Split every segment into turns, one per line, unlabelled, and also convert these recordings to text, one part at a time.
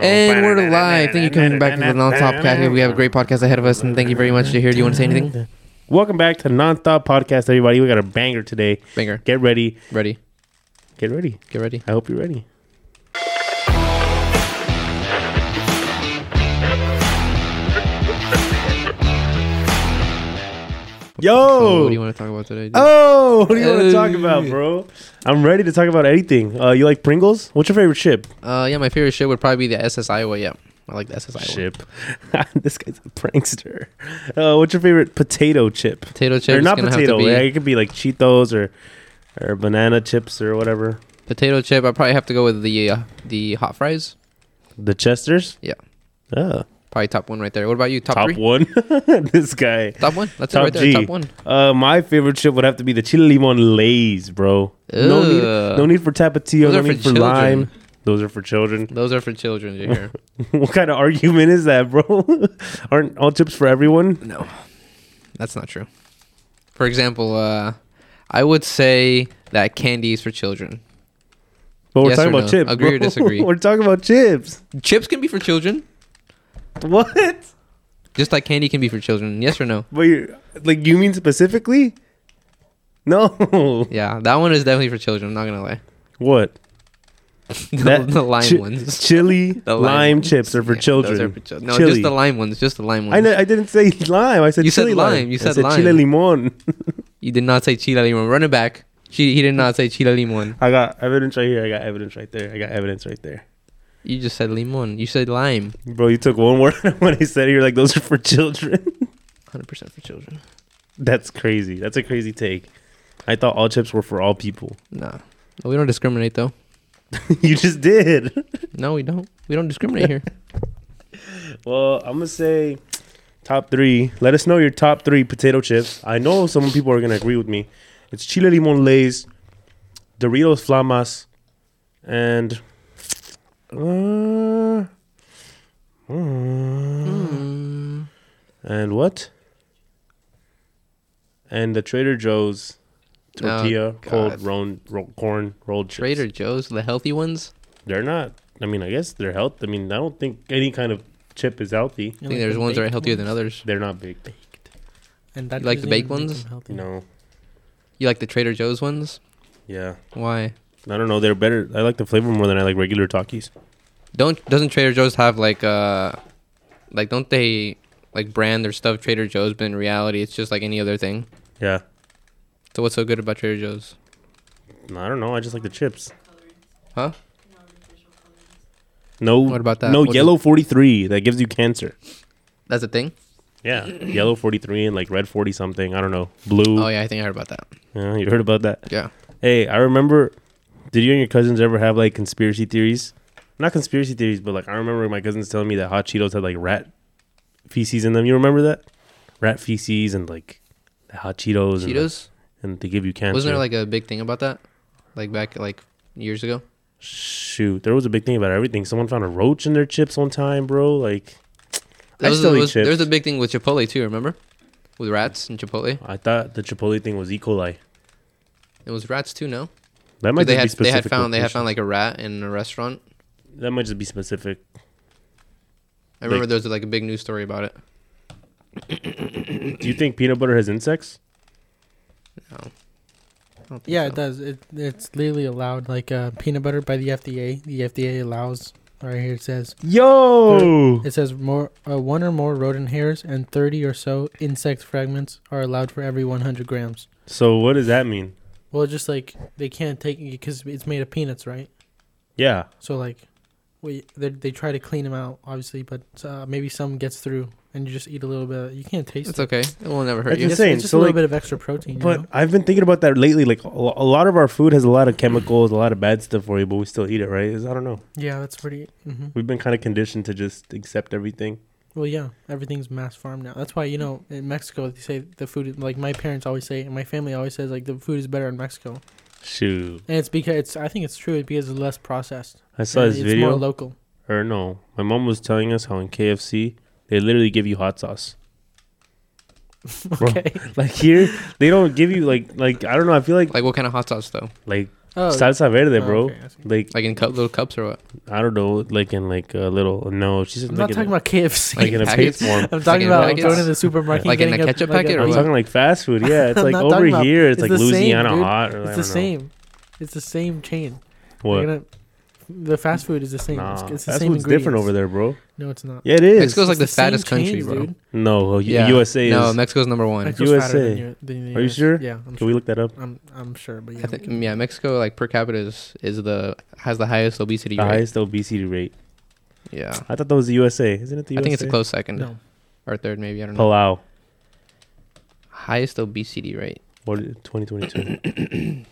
And we're live. Thank you for coming back to the Nonstop Cat here. We have a great podcast ahead of us, and thank you very much to here. Do you want to say anything?
Welcome back to Nonstop Podcast, everybody. We got a banger today.
Banger.
Get ready.
Ready?
Get ready.
Get ready.
I hope you're ready.
Oh, what do
Yo!
you want to talk about today? dude?
Oh, what do you want to talk
Hey.
about, bro? I'm ready to talk about anything. Uh, you like Pringles? What's your favorite chip?
Uh, yeah, my favorite shit would probably be the SS Iowa. Yeah, I like the SS Iowa.
Chip. this guy's a prankster. Uh, what's your favorite potato chip?
Potato chips.
Or not
gonna
potato.
Have to be
Yeah, it could be like Cheetos or or banana chips or whatever.
Potato chip. I probably have to go with the uh, the hot fries.
The Chesters.
Yeah,
Oh,
probably top one right there. What about you? Top,
top
three?
one. this guy.
Top one. That's
Top
it right there.
G.
Top one.
Uh, my favorite chip would have to be the chili limon lays, bro. No need,
Ugh.
no need for tapatio.
Those
No
are for
need for,
children.
lime. Those are for children.
Those are for children. You hear?
what kind of argument is that, bro? Aren't all chips for everyone?
No, that's not true. For example, uh, I would say that candy is for children.
But we're
Yes
talking
or
about
no?
chips.
Agree or
bro.
disagree?
we're talking about chips.
Chips can be for children,
What?
just like candy can be for children. Yes or no?
But you like you mean specifically? No.
Yeah, that one is definitely for children. I'm not gonna lie.
What?
the,
That-
the lime
chi-
ones,
Chili
The
lime,
lime ones.
chips are for
Yeah, those
children.
are for chil- no,
chili.
just the lime ones. Just the lime ones.
I, know, I didn't say lime. I said
You said
chili
lime, you
I
said
chile
lime.
limon.
You did not say chile limon. Run it back. She, he did not say chile limon.
I got evidence right here. I got evidence right there. I got evidence right there.
You just said limon. You said lime.
Bro, you took one word when I said it. You're like, those are for children.
100% for children.
That's crazy. That's a crazy take. I thought all chips were for all people.
Nah. We don't discriminate though.
you just did.
No, we don't. We don't discriminate here.
Well, I'm going to say top three. Let us know your top three potato chips. I know some people are going to agree with me. It's chile limon lays, Doritos Flamas, and. Uh, uh,
Mm.
And what? And the Trader Joe's tortilla
Oh, God.
cold rolled ro- corn rolled chips.
Trader Joe's, the healthy ones.
They're not. I mean, I guess they're health. I mean, I don't think any kind of chip is healthy.
I think there's ones that are healthier than others.
They're not big.
And that
You like the
doesn't
baked
even make
ones?
them healthy.
No.
You like the Trader Joe's ones?
Yeah.
Why?
I don't know. They're better. I like the flavor more than I like regular Takis.
Don't doesn't Trader Joe's have like uh like don't they like brand their stuff Trader Joe's but in reality it's just like any other thing.
Yeah.
So what's so good about Trader Joe's?
I don't know. I just like the chips.
Huh?
No.
What about that?
No
What's
yellow 43 that gives you cancer.
That's a thing?
Yeah. yellow 43 and like red 40 something. I don't know. Blue.
Oh yeah, I think I heard about that.
yeah. You heard about that?
Yeah.
Hey, I remember. Did you and your cousins ever have like conspiracy theories? Not conspiracy theories, but like I remember my cousins telling me that hot Cheetos had like rat feces in them. You remember that? Rat feces and like the hot Cheetos, and, like,
Cheetos?
and they give you cancer.
Wasn't there like a big thing about that? Like back like years ago?
shoot? There was a big thing about everything. Someone found a roach in their chips one time, bro. Like
There
I
was,
still
there
eat
was- there was
chips.
a big thing with Chipotle too, remember? With rats and Chipotle.
I thought the Chipotle thing was E. coli.
It was rats too, no?
That
'Cause
might just be
They had they
specific.
had found they had
location.
found like a rat in a restaurant.
that might just be specific.
I remember
Like-
there was like a big news story about it.
Do you think peanut butter has insects?
I don't think
Yeah,
so.
it does. It, it's legally allowed. Like uh, peanut butter by the FDA. The FDA allows. Right here it says
Yo,
it says more uh, one or more rodent hairs and thirty or so insect fragments are allowed for every one hundred grams.
so what does that mean?
Well, just like they can't take it because it's made of peanuts, right?
Yeah,
So like, we they they try to clean them out, obviously, but uh, maybe some gets through and you just eat a little bit. You can't taste
It's
it.
okay. It will never hurt
That's
you.
It's,
insane.
it's just
So,
a little
like-
bit of extra protein. you
But
know?
I've been thinking about that lately. Like a, a lot of our food has a lot of chemicals, a lot of bad stuff for you, but we still eat it, right? It's- I don't know.
yeah, that's pretty. hmm
We've been kind of conditioned to just accept everything.
Well, yeah, everything's mass farmed now. That's why you know in Mexico they say the food is like my parents always say, and my family always says like the food is better in Mexico,
Shoot,
and it's because it's I think it's true it's because it's less processed.
I saw
and
this
it's
video.
more local.
or no, my mom was telling us how in KFC they literally give you hot sauce. Bro.
okay,
Like here, they don't give you like like I don't know. I feel like
Like what kind of hot sauce though?
like
Oh,
salsa verde,
oh,
bro.
okay, I see.
Like
Like in cup, little cups or what?
I don't know, like in like a little. No, she's
I'm
like
not
in
talking
a,
about KFC.
like in a paid
packets.
form.
I'm talking
in
about
packets?
going to the supermarket.
Like in
getting
a ketchup
like
packet or
I'm
what?
talking like fast food. Yeah, it's
I'm
like
not talking
over
about-
here. It's,
it's
like
the same,
Louisiana
dude.
hot. Or, I
It's
don't
the
know.
same. It's the same chain.
What?
You're gonna- the fast food is the same.
Nah,
it's, it's the
fast
same.
food's different over
ingredients.
there, bro.
No, it's not.
Yeah, it is.
Mexico's like the
It's same
fattest country,
chains,
bro.
dude.
no,
Yeah.
USA
no,
is.
Mexico's number one.
Mexico's fatter
USA.
than you- than the
Are you
US.
sure?
Yeah, I'm
Can
sure.
we look that up?
I'm, I'm sure, but yeah.
I think, yeah, Mexico like per capita is, is the has the highest obesity
The
rate.
highest obesity rate.
Yeah,
I thought that was the USA. Isn't it the USA?
I think it's a close second
No,
or third, maybe I don't know.
Palau.
Highest obesity rate.
What? 2022.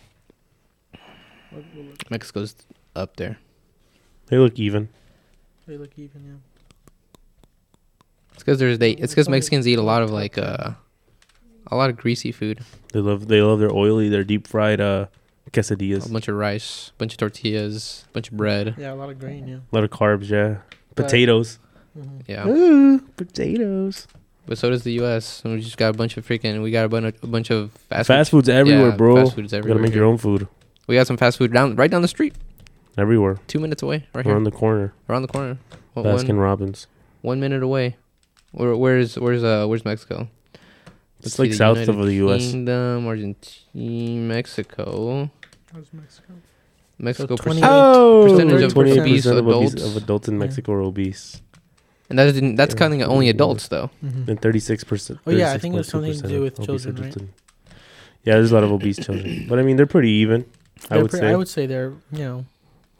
Mexico's up there.
they look even.
they look even. Yeah.
It's because there's they. It's because Mexicans eat a lot of like uh, a lot of greasy food,
They love. They love their oily, their deep fried uh,
a
quesadillas.
bunch of rice, bunch of tortillas, bunch of bread.
Yeah, a lot of grain. Yeah.
A lot of carbs. Yeah.
But-
Potatoes.
Mhm.
Yeah,
Ooh, potatoes.
but so does the U.S. And we just got a bunch of freaking. We got a bunch, a bunch of fast,
Fast, food's everywhere,
yeah,
bro.
Fast food is
you gotta
everywhere.
make your
here.
own food.
We got some fast food down right down the street,
Everywhere.
two minutes away, right
Around
here,
the corner.
around the corner. One,
Baskin
one,
Robbins.
one minute away. Where, where's where's uh where's Mexico?
It's
see,
like
the
south of
United
the U.S.
Kingdom, Argentina, Mexico,
How's Mexico?
Mexico.
20
percent- percentage
Oh, of
28%
obese
of
adults.
of adults in
Yeah.
Mexico are obese,
and that didn't, that's
Yeah,
counting only
yeah.
adults though.
Mhm.
and 36 percent.
Oh, yeah, I think it was something to do with children, right?
Yeah, there's a lot of obese children, but I mean they're pretty even. I
They're
would
pre-
say.
I would say they're you know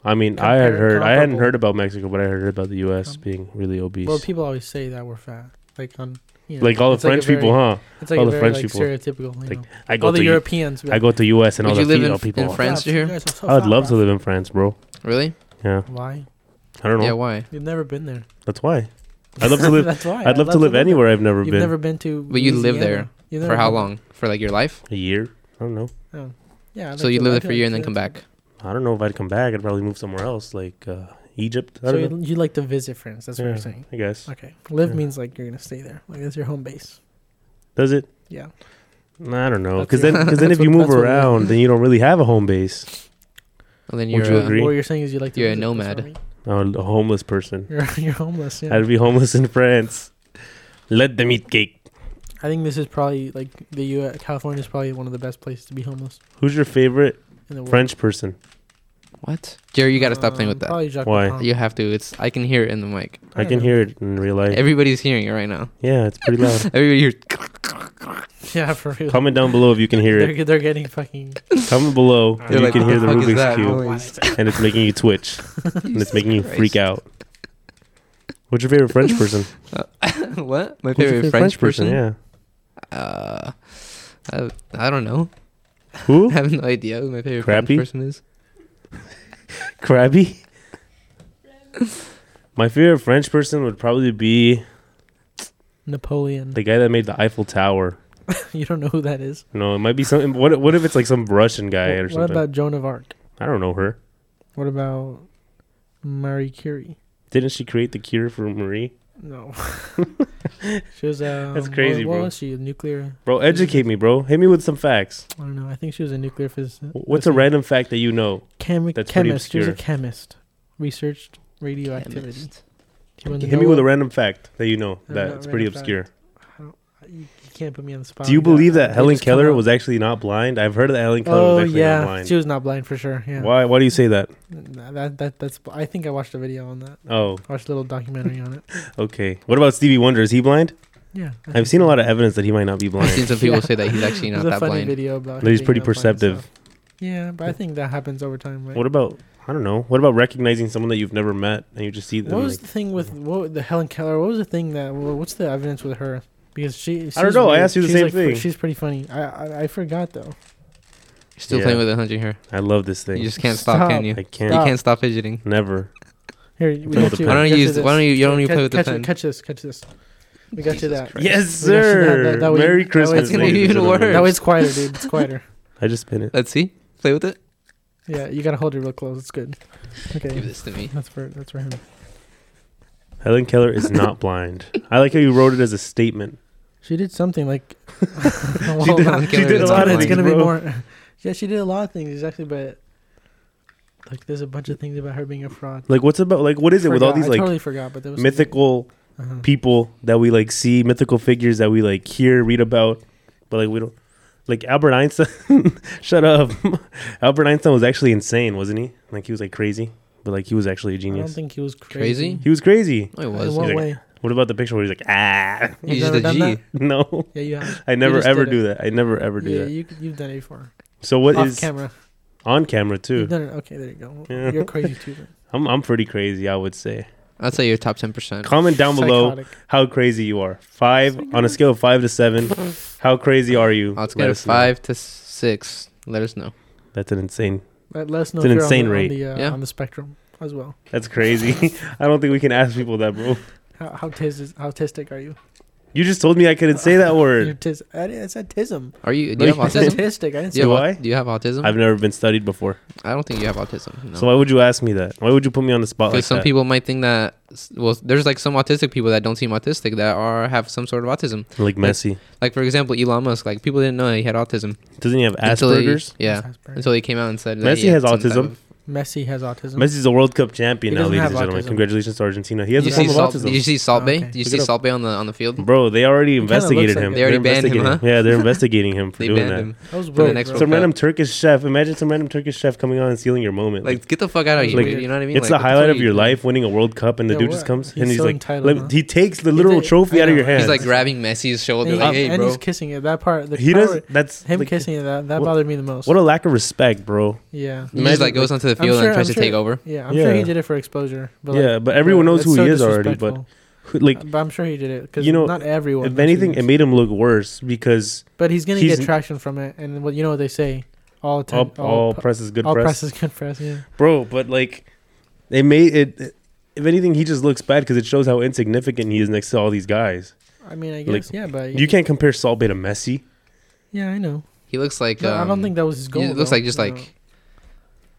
I mean, I had
compar-
heard. I hadn't
comparable.
heard about Mexico, but I heard about the U.S.
Com-
being really obese.
well people always say that we're fat like on you know,
like all the
it's like a
French
very-
people, huh?
It's like
all
a
the
very
French
like
people.
stereotypical. You
Like,
know.
I
all
go
the
to U-
Europeans.
I go to U.S. and all
Would
the
you
female
live in,
people.
in
are-
France to
here.
here?
I would love to live in France, bro.
Really?
Yeah,
Why?
I don't know.
Yeah. Why?
You've never been there.
That's why. I'd love to live.
That's why.
I'd love to live
there.
anywhere I've never
You've
been.
never been to.
But you live there
Louisiana. You've
For
never
how
been-
long? For like your life?
A year? I don't know.
Yeah. I'd
so
like
you
to-
live there
I'd
for a
like
year
to
and then
visit.
come back.
I don't know if I'd come back. I'd probably move somewhere else, like uh, Egypt. I
So
don't
you
know.
you like to visit France? That's what
Yeah,
you're saying.
I guess.
Okay. Live
Yeah.
means like you're gonna stay there. Like that's your home base.
Does it?
Yeah.
I don't know.
That's
Because
your-
then, cause then if
that's
you
what-
move
that's what we-
around, then you don't really have a home base.
And then
Would
you're.
you
uh,
agree?
What you're saying is you like to.
You're a
visit, that's what I
nomad.
mean.
I'm a homeless person.
You're you're homeless. Yeah.
I'd be homeless in France. Let them eat cake.
I think this is probably like the U. California is probably one of the best places to be homeless
Who's your favorite
in the world.
French person?
What? Jerry, you gotta stop playing
Um,
with that.
Probably Jacques
Why?
Pepin.
You have to. It's. I can hear it in the mic.
I
don't
can
know.
hear it in real life.
Everybody's hearing it right now.
yeah, it's pretty loud.
Everybody hears.
Yeah, for real.
Comment down below if you can hear
they're,
it.
get- they're getting fucking.
Comment below if
They're
you
like,
can
"What
hear the
the fuck is
Rubik's
that
Cube.
noise?"
And it's making you twitch. and it's making you freak
Christ.
out. What's your favorite French person?
what? My
Who's your
favorite French, person?
Yeah.
Uh, I, I don't know. I
Who?
have no idea who my favorite
Crappy?
French person is.
Krabby? My favorite French person would probably be
Napoleon.
the guy that made the Eiffel Tower.
you don't know who that is.
No, it might be some. What? What if it's like some Russian guy
Wh-
or
what,
something?
about Joan of Arc?
I don't know her.
What about Marie Curie?
Didn't she create the cure for Marie?
No. she was um,
That's crazy,
what, what
bro.
was she? A nuclear?
Bro, educate me, bro. Hit me with some facts.
I don't know. I think she was a nuclear physicist.
What's a random fact that you know?
Chemi-
that's pretty
chemist? She was a
obscure.
chemist. Researched radioactivity. Do you wanna
Hit
know
me with a
what-
random fact that you know
A
that
ra-
it's pretty
random
obscure.
I don't- You, you can't put me on the spot.
Do you
like
believe that
They
Helen
just come
Keller
out.
was actually not blind? I've heard that Helen Keller
Oh
was actually
yeah,
not blind.
she was not blind for sure. Yeah.
Why? Why do you say that?
Nah, That that that's. I think I watched a video on that.
Oh,
I watched a little documentary on it.
okay. What about Stevie Wonder? Is he blind?
Yeah. I think
I've seen a
so.
lot of evidence that he might not be
I've
blind.
seen some people
Yeah.
say that he's actually not
There's
that
a funny
blind.
video about.
But he's
him being
pretty
up by
perceptive.
himself. Yeah, but I think that happens over time, right?
What about I don't know? What about recognizing someone that you've never met and you just see them?
What was
like-
the thing with what the Helen Keller? What was the thing that? wha- What's the evidence with her? Because she, she's
I don't know, I
weird.
asked you the
She's,
same
like, fr-
thing.
She's pretty funny. I I, I forgot though.
You're still
Yeah.
playing with it, hunting her.
I love this thing.
You just can't stop,
Stop.
can you?
I
You
can't.
Stop.
can't stop fidgeting.
Never.
Here, we
Play with the
got you.
pen.
Why don't you
Catch
use?
this.
Why don't you? You don't even
Catch-
play with the
catch,
pen.
Catch this. Catch this. We got you
Jesus
that.
Christ.
Yes,
We got you that-
sir.
that- that way-
Merry
that way it's
Christmas.
gonna
ladies
be
and
even
gentlemen.
worse.
That way it's quieter, dude. It's quieter.
I just spin it.
Let's see. Play with it.
Yeah, you gotta hold it real close. It's good.
Give
Okay,
this to me.
that's for that's for him.
Helen Keller is not blind. I like how you wrote it as a statement.
She did something like.
She did-
not-
she did
it's
a lot
gonna-
of
It's
things,
gonna be
bro.
more. Yeah, she did a lot of things exactly, but Like there's a bunch of things about her being a fraud.
Like what's about like what is it with all
Forgot-
these
I
like
totally forgot, but there was
mythical
something- uh-huh.
people that we like see, mythical figures that we like hear, read about, but like we don't like Albert Einstein. shut up. Albert Einstein was actually insane, wasn't he? Like he was like crazy, but like he was actually a
I don't
genius.
think he was
Crazy?
crazy.
He was crazy.
No, it
In
wasn't.
what
like-
way?
What about the picture where he's like, ah,
You've
He's
never
the
done
G.
that?
no.
Yeah, you have.
I never
just
ever
did
do that. I never ever do
yeah,
that.
you you've done it before.
So what
Off
is
camera?
on camera too?
You've done it. Okay, there you go.
Yeah.
You're crazy too. then.
I'm I'm pretty crazy, I would say.
I'd say your top ten percent.
Comment down below
Psychotic.
how crazy you are. Five on a scale of five to seven, how crazy are you?
Let's
Let
get a
us know.
five to six. Let us know.
That's an insane.
Let, let us know
It's an
if you're
insane
on the,
rate.
On the, uh,
Yeah.
on the spectrum as well.
That's crazy. I don't think we can ask people that, bro.
How how tis how autistic are you?
You just told me I couldn't say that
You're
word.
tis. I, didn't- I said tism.
Are you? Do you have
I said
autism?
autistic. I didn't
Do
say.
Do
you have, au-
I?
do you have autism?
I've never been studied before.
I don't think you have autism. No.
So why would you ask me that? Why would you put me on the spot
Because
like
some
that?
people might think that well, there's like some autistic people that don't seem autistic that are have some sort of autism.
like Messi.
Like for example, Elon Musk. Like people didn't know he had autism
Doesn't he have
until he-
Asperger's?
yeah,
Asperger's.
until he came out and said that
Messi
he had
has
some type
autism.
of-
Messi has autism.
Messi's a World Cup champion
He
now,
doesn't
ladies
have
and gentlemen.
autism.
Congratulations to Argentina. He has
Did
a
you,
form
see
of
Salt,
autism.
did you see Salt
Oh,
Bay?
okay.
Did you
Look
see
it up.
Salt Bay on the on the field?
Bro, they already
kinda
investigated
looks like
him.
him.
They already
They're
banned him,
investigating
huh?
Yeah, they're investigating him for
They
doing
banned
that.
him.
that was
the
weird.
next
bro.
World
Some
Cup.
random Turkish chef. Imagine some random Turkish chef coming on and stealing your moment. Like,
Like get the fuck out of here!
Like,
dude, you know what I mean?
it's the
Like, what
highlight
are
of
you
your
doing?
life, winning a World Cup, and the
Yeah,
dude
what?
just comes
He's
and he's
so
like,
entitled,
let-
huh?
he takes the
He's
literal
like-
trophy
I
out of
know.
your hand.
He's like grabbing Messi's shoulder,
And,
like,
he-
"Hey,
and
bro."
he's kissing it. That part, the
he
part
does.
where-
That's
him
like,
kissing it. That, that
what-
bothered me the most.
What a lack of respect, bro.
yeah,
He just like goes onto the
I'm
field
sure-
and tries
I'm
to take
sure-
over.
yeah. I'm sure he
Yeah.
did it for exposure. But like,
yeah, but everyone
bro,
knows
that's
who
so
he is already. But
disrespectful.
who- like,
Uh, but I'm sure he did it because
You know,
not everyone.
if
knows who
anything, it
he is.
made him look worse because
but he's gonna
he's-
get traction from it, and what you know what they say: all ten,
all,
all,
all
p-
press is good
all
press,
press is good press. Yeah,
bro. But like, they made it. If anything, he just looks bad because it shows how insignificant he is next to all these guys.
I mean, I
Like,
guess yeah, but
You can't compare Salt Bay to Messi.
Yeah, I know.
He looks like
No, I don't
um,
think that was his
he
goal.
looks
though,
like just
you know.
like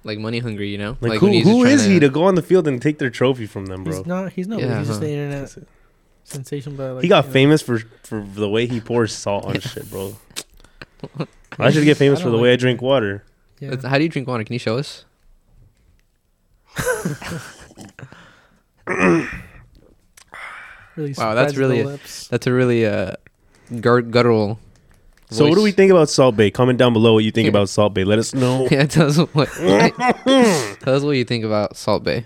like money hungry, you know?
Like,
when
who,
he's just
who
trying
is he to go on the field and take their trophy from them, bro?
he's not. He's not.
Yeah,
he's just
huh.
an internet sensation. But like,
he got
you know.
famous for for the way he pours salt on shit, bro. I should get famous
I
for the
don't
way I
like
drink water.
Yeah.
That's- How do you drink water? Can you show us?
Really
Wow, that's
spreads
really-
the lips.
That's a really uh gar- guttural.
So, what do we
voice.
think about Salt Bay? Comment down below what you think
Yeah.
about Salt Bay. Let us know.
yeah, tell us what tell us what you think about Salt Bay.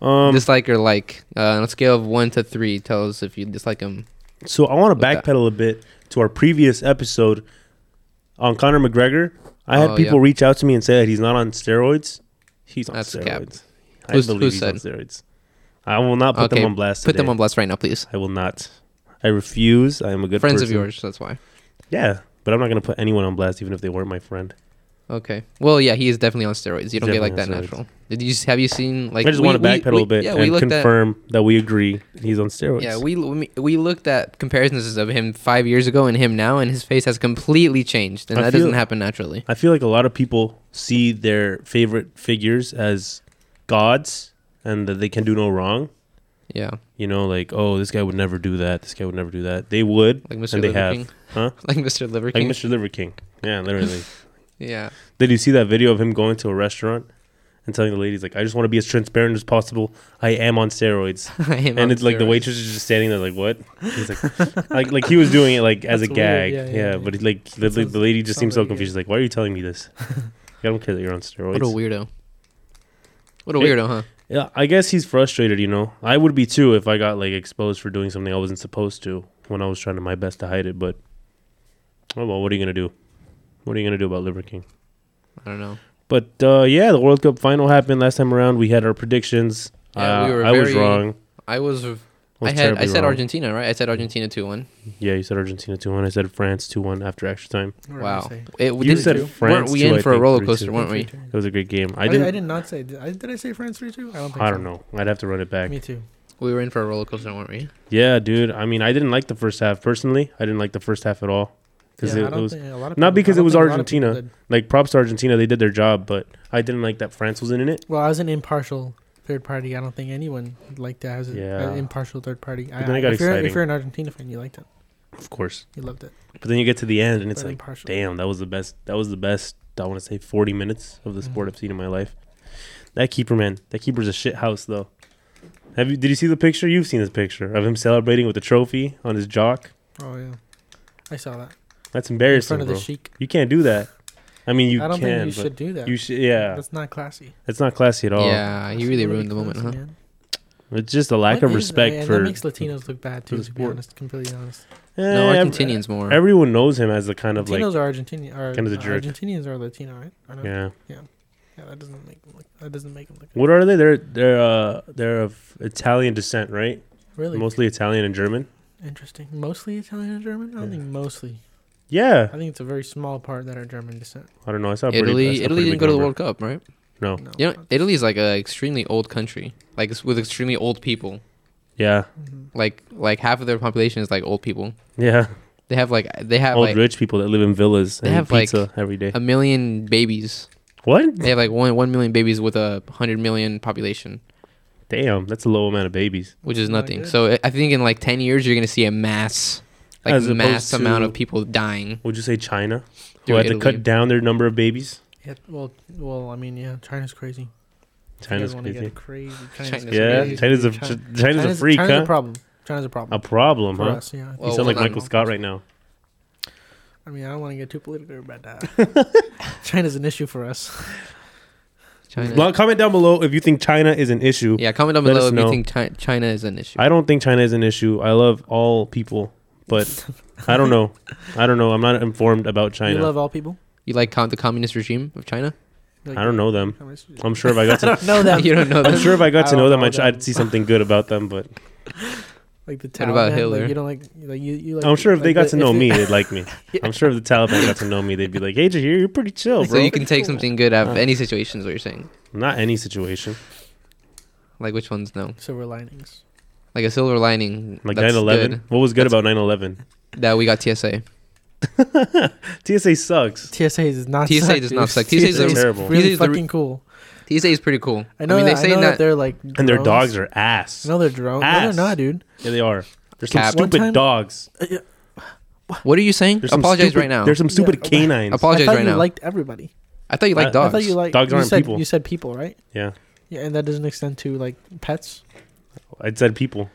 Um,
dislike or like uh, on a scale of one to three. Tell us if you dislike him.
so I want
with
to
that.
backpedal a bit to our previous episode on Conor McGregor. I had
Oh,
people
yeah.
reach out to me and say that he's not on steroids. He's on
That's cap.
steroids. I
Who's-
believe
who
he's on
said?
steroids. I will not put
Okay,
them on blast.
Put them
today.
on blast right now, please.
I will not. I refuse. I am a good
Friends
person.
of yours. That's why.
Yeah, but I'm not gonna put anyone on blast, even if they weren't my friend.
Okay. Well, yeah, he is definitely on steroids. You don't get like that
Definitely on steroids.
natural. Did you s- have you seen like?
I just
we-
want to
we-
backpedal
we-
a bit
Yeah, we
and
looked at.
confirm that we agree he's on steroids.
Yeah, we we we looked at comparisons of him five years ago and him now, and his face has completely changed, and
I
that
feel-
doesn't happen naturally.
I feel like a lot of people see their favorite figures as gods and that they can do no wrong.
Yeah,
You know, like oh, this guy would never do that. This guy would never do that. They would,
like Mr.
and they
Liver
have,
King.
huh?
Like Mr. Liver
Like
King.
Mr. Liver King. Yeah, literally.
Yeah,
Did you see that video of him going to a restaurant and telling the ladies like, "I just want to be as transparent as possible. I am on steroids."
I am on
and it's like the
steroids.
waitress is just standing there like what he's like like like he was doing it like as a
That's
gag
weird.
yeah,
Yeah, yeah, yeah.
but it's like the, the,
sounds-
the lady just seems
sounds
so
like you.
confused like why are you telling me this i don't care that you're on steroids
What a weirdo. What a
Hey.
weirdo, huh?
yeah i guess he's frustrated you know i would be too if i got like exposed for doing something i wasn't supposed to when i was trying to my best to hide it but oh well what are you gonna do what are you gonna do about liver king
I don't know.
but uh yeah the world cup final happened last time around we had our predictions
Yeah,
uh,
we were
i was
very-
wrong
I was.
was
I had. I
terribly
said
wrong.
Argentina, right? I said Argentina two one.
yeah you said argentina 2-1 i said france 2-1 after extra time
What did I
Wow.
say?
It,
You
did,
said France
weren't we
too,
in
I
for a
think,
roller
three
coaster?
two.
Weren't we?
It was a great game.
I
I
did, I
didn't.
did not say. Did I, did I say France three two? I don't think.
I
so.
don't know. I'd have to run it back.
Me too.
We were in for a roller coaster, weren't we?
Yeah, dude. I mean, I didn't like the first half personally. I didn't like the first half at all because
Yeah, I
it, it
don't
was
think a lot of
not
people-
because it
I don't
was
think a lot of people
Argentina.
did.
like props to Argentina. They did their job, but I didn't like that France wasn't in it.
Well, as an impartial third party, I don't think anyone liked that as a-
Yeah.
an impartial third party. I,
But then it got
if, you're,
exciting.
if you're an Argentina fan, you liked it.
Of course,
You loved it.
but then you get to the end and it's
But
like,
impartial. Mm-hmm.
damn, that was the best. That was the best. I want to say forty minutes of the sport I've seen in my life. That keeper man, that keeper's a shit house though. Have you? Did you see the picture? You've seen this picture of him celebrating with the trophy on his jock.
Oh yeah, I saw that
That's
in
embarrassing,
front of
bro.
the sheik.
you can't do that. I mean, you
I don't
can.
think you should do
but
that.
you should. Yeah,
that's not classy.
it's not classy at all.
Yeah, Ah, he
That's
really
not
ruined the moment,
classy,
huh?
man.
It's just a lack
What
of
is-
respect
and
for.
that makes Latinos look bad
for
too.
the
To be
sport.
honest, completely honest,
Eh,
No,
ev-
Argentinians more.
Everyone knows him as the kind of
Latinos are Argentinian. Are,
kind of the
uh,
jerk.
Argentinians are Latino, right? I know.
like. Yeah.
Yeah, that doesn't make them look. That doesn't make them look.
What are they? They're they're uh, they're of Italian descent, right?
Really
Mostly Italian and German.
interesting. Mostly Italian and German. I don't
Yeah.
think mostly.
Yeah.
I think it's a very small part that are German descent.
I don't know. I saw a pretty, I
Italy,
saw a
Italy
pretty
didn't
big
go to the
number.
World Cup, right?
No.
No.
You know, Italy's like a extremely old country, like it's with extremely old people.
Yeah.
Mhm.
Like like half of their population is like old people.
Yeah.
They have like they have
Old
like
rich people that live in villas
They
and
have,
have
like,
pizza every day.
a million babies.
what?
They have like one one million babies with a hundred million population,
Damn, that's a low amount of babies.
which is
Not
nothing.
Oh, good.
So I- I think in like ten years you're gonna see a mass, like
As opposed
mass amount of
to-
people dying.
Would you say China? Who
Dude,
had to
Italy.
cut down their number of babies?
Yeah. Well, well, I mean, yeah, China's crazy. If you
China's
guys wanna
crazy.
get crazy. China's,
China's
crazy.
Yeah,
crazy.
China's a
Chi-
Ch- China's,
China's
a freak,
China's
huh?
a problem. China's a problem.
A problem,
for
huh?
us, yeah.
Well,
you sound like
hold on.
Michael Scott right now.
I mean, I don't want to get too political about that. China's an issue for us.
China.
Well, comment down below if you think China is an issue.
Yeah, comment down
Let
below
us
if
know.
you think Chi- China is an issue.
I don't think China is an issue. I love all people, but I don't know. I don't know. I'm not informed about
You
China.
love all people.
You like com- the communist regime of China?
Like,
I don't know them.
how much-
I'm sure if I got
I
to,
don't know them.
you don't know
I'm
that.
sure if I got
I
to
don't
know them,
know
I'd,
them.
I'd see something good about them. But
Like the Taliban.
What about
like,
Hitler?
you don't like. like you, you like
I'm sure if
like
they got
the-
to know
if
me,
you-
they'd like me. I'm sure if the Taliban got to know me, they'd be like, "Hey, Jahir, you're pretty chill,
So
bro."
you can take something good out of
Uh.
any situation. Is what you're saying?
Not any situation.
Like which ones? No.
Silver linings.
Like a silver lining.
Like
that's
9/11.
good
What was good about 9/11?
That we got TSA.
TSA sucks.
TSA is not.
TSA
suck,
does
dude.
not suck.
TSA
TSA
is
is a-
terrible.
TSA
Really
is the re-
fucking cool.
TSA is pretty cool.
I know.
I mean, they
that-
say
know
that.
they're like.
And their
drones.
dogs are ass.
No, they're drones. No,
Ass.
they're not, dude.
Yeah, they are. They're some
Cap.
One
stupid
time-
dogs.
what are you saying?
There's some
Apologize
stupid-
right now.
There's some stupid
Yeah.
canines.
Apologize.
I thought
right
you
now.
liked everybody.
I thought you liked
I-
dogs.
I thought you liked.
Dogs
you
aren't
said,
people.
You said people, right?
Yeah,
Yeah, and that doesn't extend to like pets.
I said people.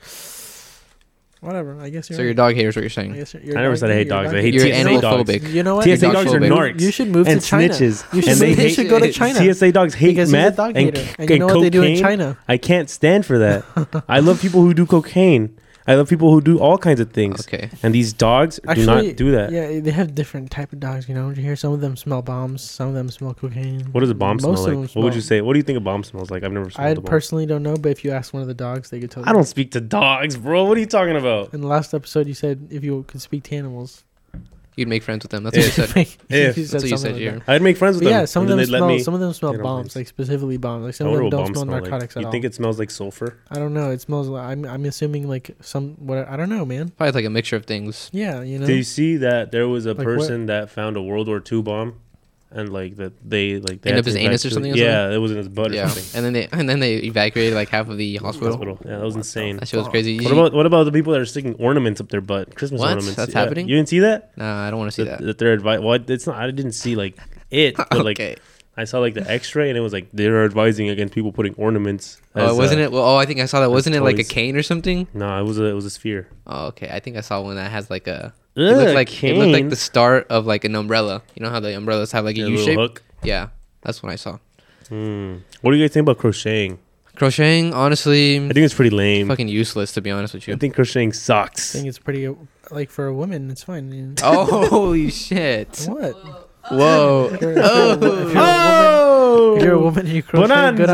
Whatever. I guess you're.
so your
right.
dog haters what you're
I
saying.
guess you're, you're
I never
dog-
said I hate
you're a
dogs.
dog
I hate
You're
TSA dogs.
animophobic.
You know what?
TSA
Dog
dogs are
phobic.
narcs
You should move
and
to China.
snitches,
You should,
and they
move- you
hate
should go to China
TSA dogs hate
because you're a
meth
dog
and,
hater.
and
And you know what they do in
cocaine.
China?
I can't stand for that. I love people who do cocaine. I love people who do all kinds of things.
Okay.
And these dogs do
Actually,
not do that.
Yeah, they have different type of dogs. You know, you hear some of them smell bombs, some of them smell cocaine.
What does a bomb smell
Most of
like?
them
What would you
smell-
say? What do you think a bomb smells like? I've never smelled
I
a bomb.
personally don't know, but if you ask one of the dogs, they could tell.
I don't speak to dogs, bro. What are you talking about?
In the last episode, you said if you could speak to animals,
You'd make friends with them. That's
Yeah.
what you said.
If-
you
That's what you
something
said.
like
Here.
that.
I'd make friends
But
with them.
yeah, some of
and then
them
they'd let
smell.
me-
Some of them smell
get on
bombs,
things.
like specifically bombs. Like
I
some of
wonder
them
what
don't
bombs
smell
smell like.
narcotics at
You
all.
think it smells like sulfur?
I don't know. It smells. like I'm. I'm assuming like some. What I don't know, man.
Probably like a mixture of things.
Yeah, you know.
Do you see that there was a
Like what?
person that found a World War II bomb, and like that they like they
In
had
up
to
his anus or
evacuate-
something or
Yeah, it was in his butt or
Yeah.
something.
And then they and then they evacuated like half of the hospital.
Hospital. Yeah, that was insane.
That shit was crazy.
What about what about the people that are sticking ornaments up their butt? Christmas
What?
ornaments.
That's
Yeah.
happening?
You didn't see that?
nah, I don't want to see
that,
that.
that they're advi- Well, it's not. I didn't see like it, but like
okay.
I saw like the X-ray, and it was like they're advising against people putting ornaments.
Oh, wasn't it? Well, oh, I think I saw that. Wasn't it like a
toys.
cane or something?
No, it was a it was a sphere.
Oh, okay. I think I saw one that has like a. It
Ugh,
looked like it looked like
cane.
the start of like an umbrella. You know how the umbrellas have like a
Yeah, a
U
little
shape?
hook.
Yeah, that's what I saw.
Hmm. What do you guys think about crocheting?
Crocheting, honestly,
I think it's pretty lame.
fucking useless to be honest with
I
you.
think crocheting
I
sucks.
think it's pretty. uh, Like for a woman, it's fine. you know.
oh, holy shit!
What?
Whoa!
If you're- if you're a woman- if you're a woman-
Oh,
If you're a woman and you crochet, good on you, man.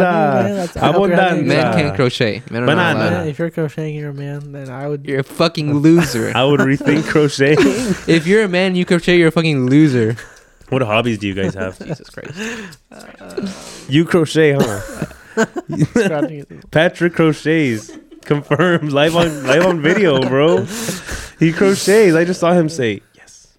That's, I hope you're having a good
Men
Abundanza.
time.
can't crochet. Men are
Banana.
not
Man,
allowed.
If you're crocheting, you're a man. Then I would.
You're a fucking loser.
I would rethink crocheting.
if you're a man, and you crochet. You're a fucking loser.
what hobbies do you guys have?
Jesus Christ!
You crochet, huh? Patrick crochets. Confirmed live on live on video, bro. He crochets. I just saw him say yes.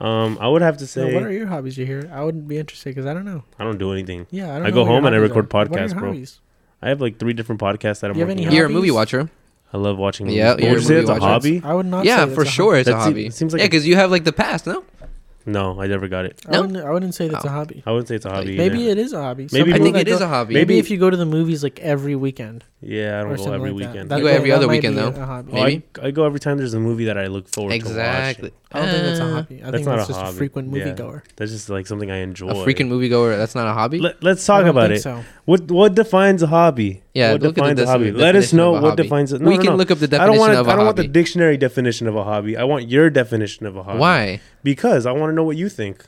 Um, I would have to
So
say
what are your hobbies? You hear? I wouldn't be interested because I don't know.
I don't do anything.
Yeah, I don't.
I
know
go
what your
home and I
hobbies
record
are. What are
podcasts,
your
bro.
hobbies?
I have like three different podcasts that I'm
Do you have
working
any
on.
You're a movie
Hobbies?
watcher.
I love watching.
Yeah,
movies.
you're
Would
a
you say
movie
that's a
watcher.
hobby?
I would not. say
Yeah,
that's
for
a
sure, it's a
That's-
hobby.
it seems like
yeah,
a-
because you have like the past, no?
No, I never got it.
No?
I, wouldn't, I wouldn't say that's
Oh.
a hobby.
I wouldn't say it's a hobby.
Maybe
either.
it is a hobby. Some
Maybe
I
people
think
that
it
go-
is a hobby.
Maybe,
Maybe-
if you go to the movies like every weekend
yeah, I
or
don't go
something
every
like
weekend.
that.
You go
may-
every other
might
weekend,
be
though.
A hobby.
Oh, I,
Maybe.
I go every time there's a movie that I look forward to
exactly.
watching.
I don't think that's a
Uh,
hobby. I
that's
think
not
that's
a
just
hobby.
a frequent
Yeah.
moviegoer.
That's just like something I enjoy.
A freaking moviegoer. That's not a hobby.
Let, let's
I
talk
don't
about
think
it.
So.
What what defines a hobby?
Yeah,
what
look at the
defines a
deci-
hobby? Let us
definition
know
of a
what
hobby.
defines it.
we can look up the
I
definition
don't want.
of
I
a
I don't want the
hobby.
dictionary definition of a hobby. I want your definition of a hobby.
Why?
Because I want to know what you think.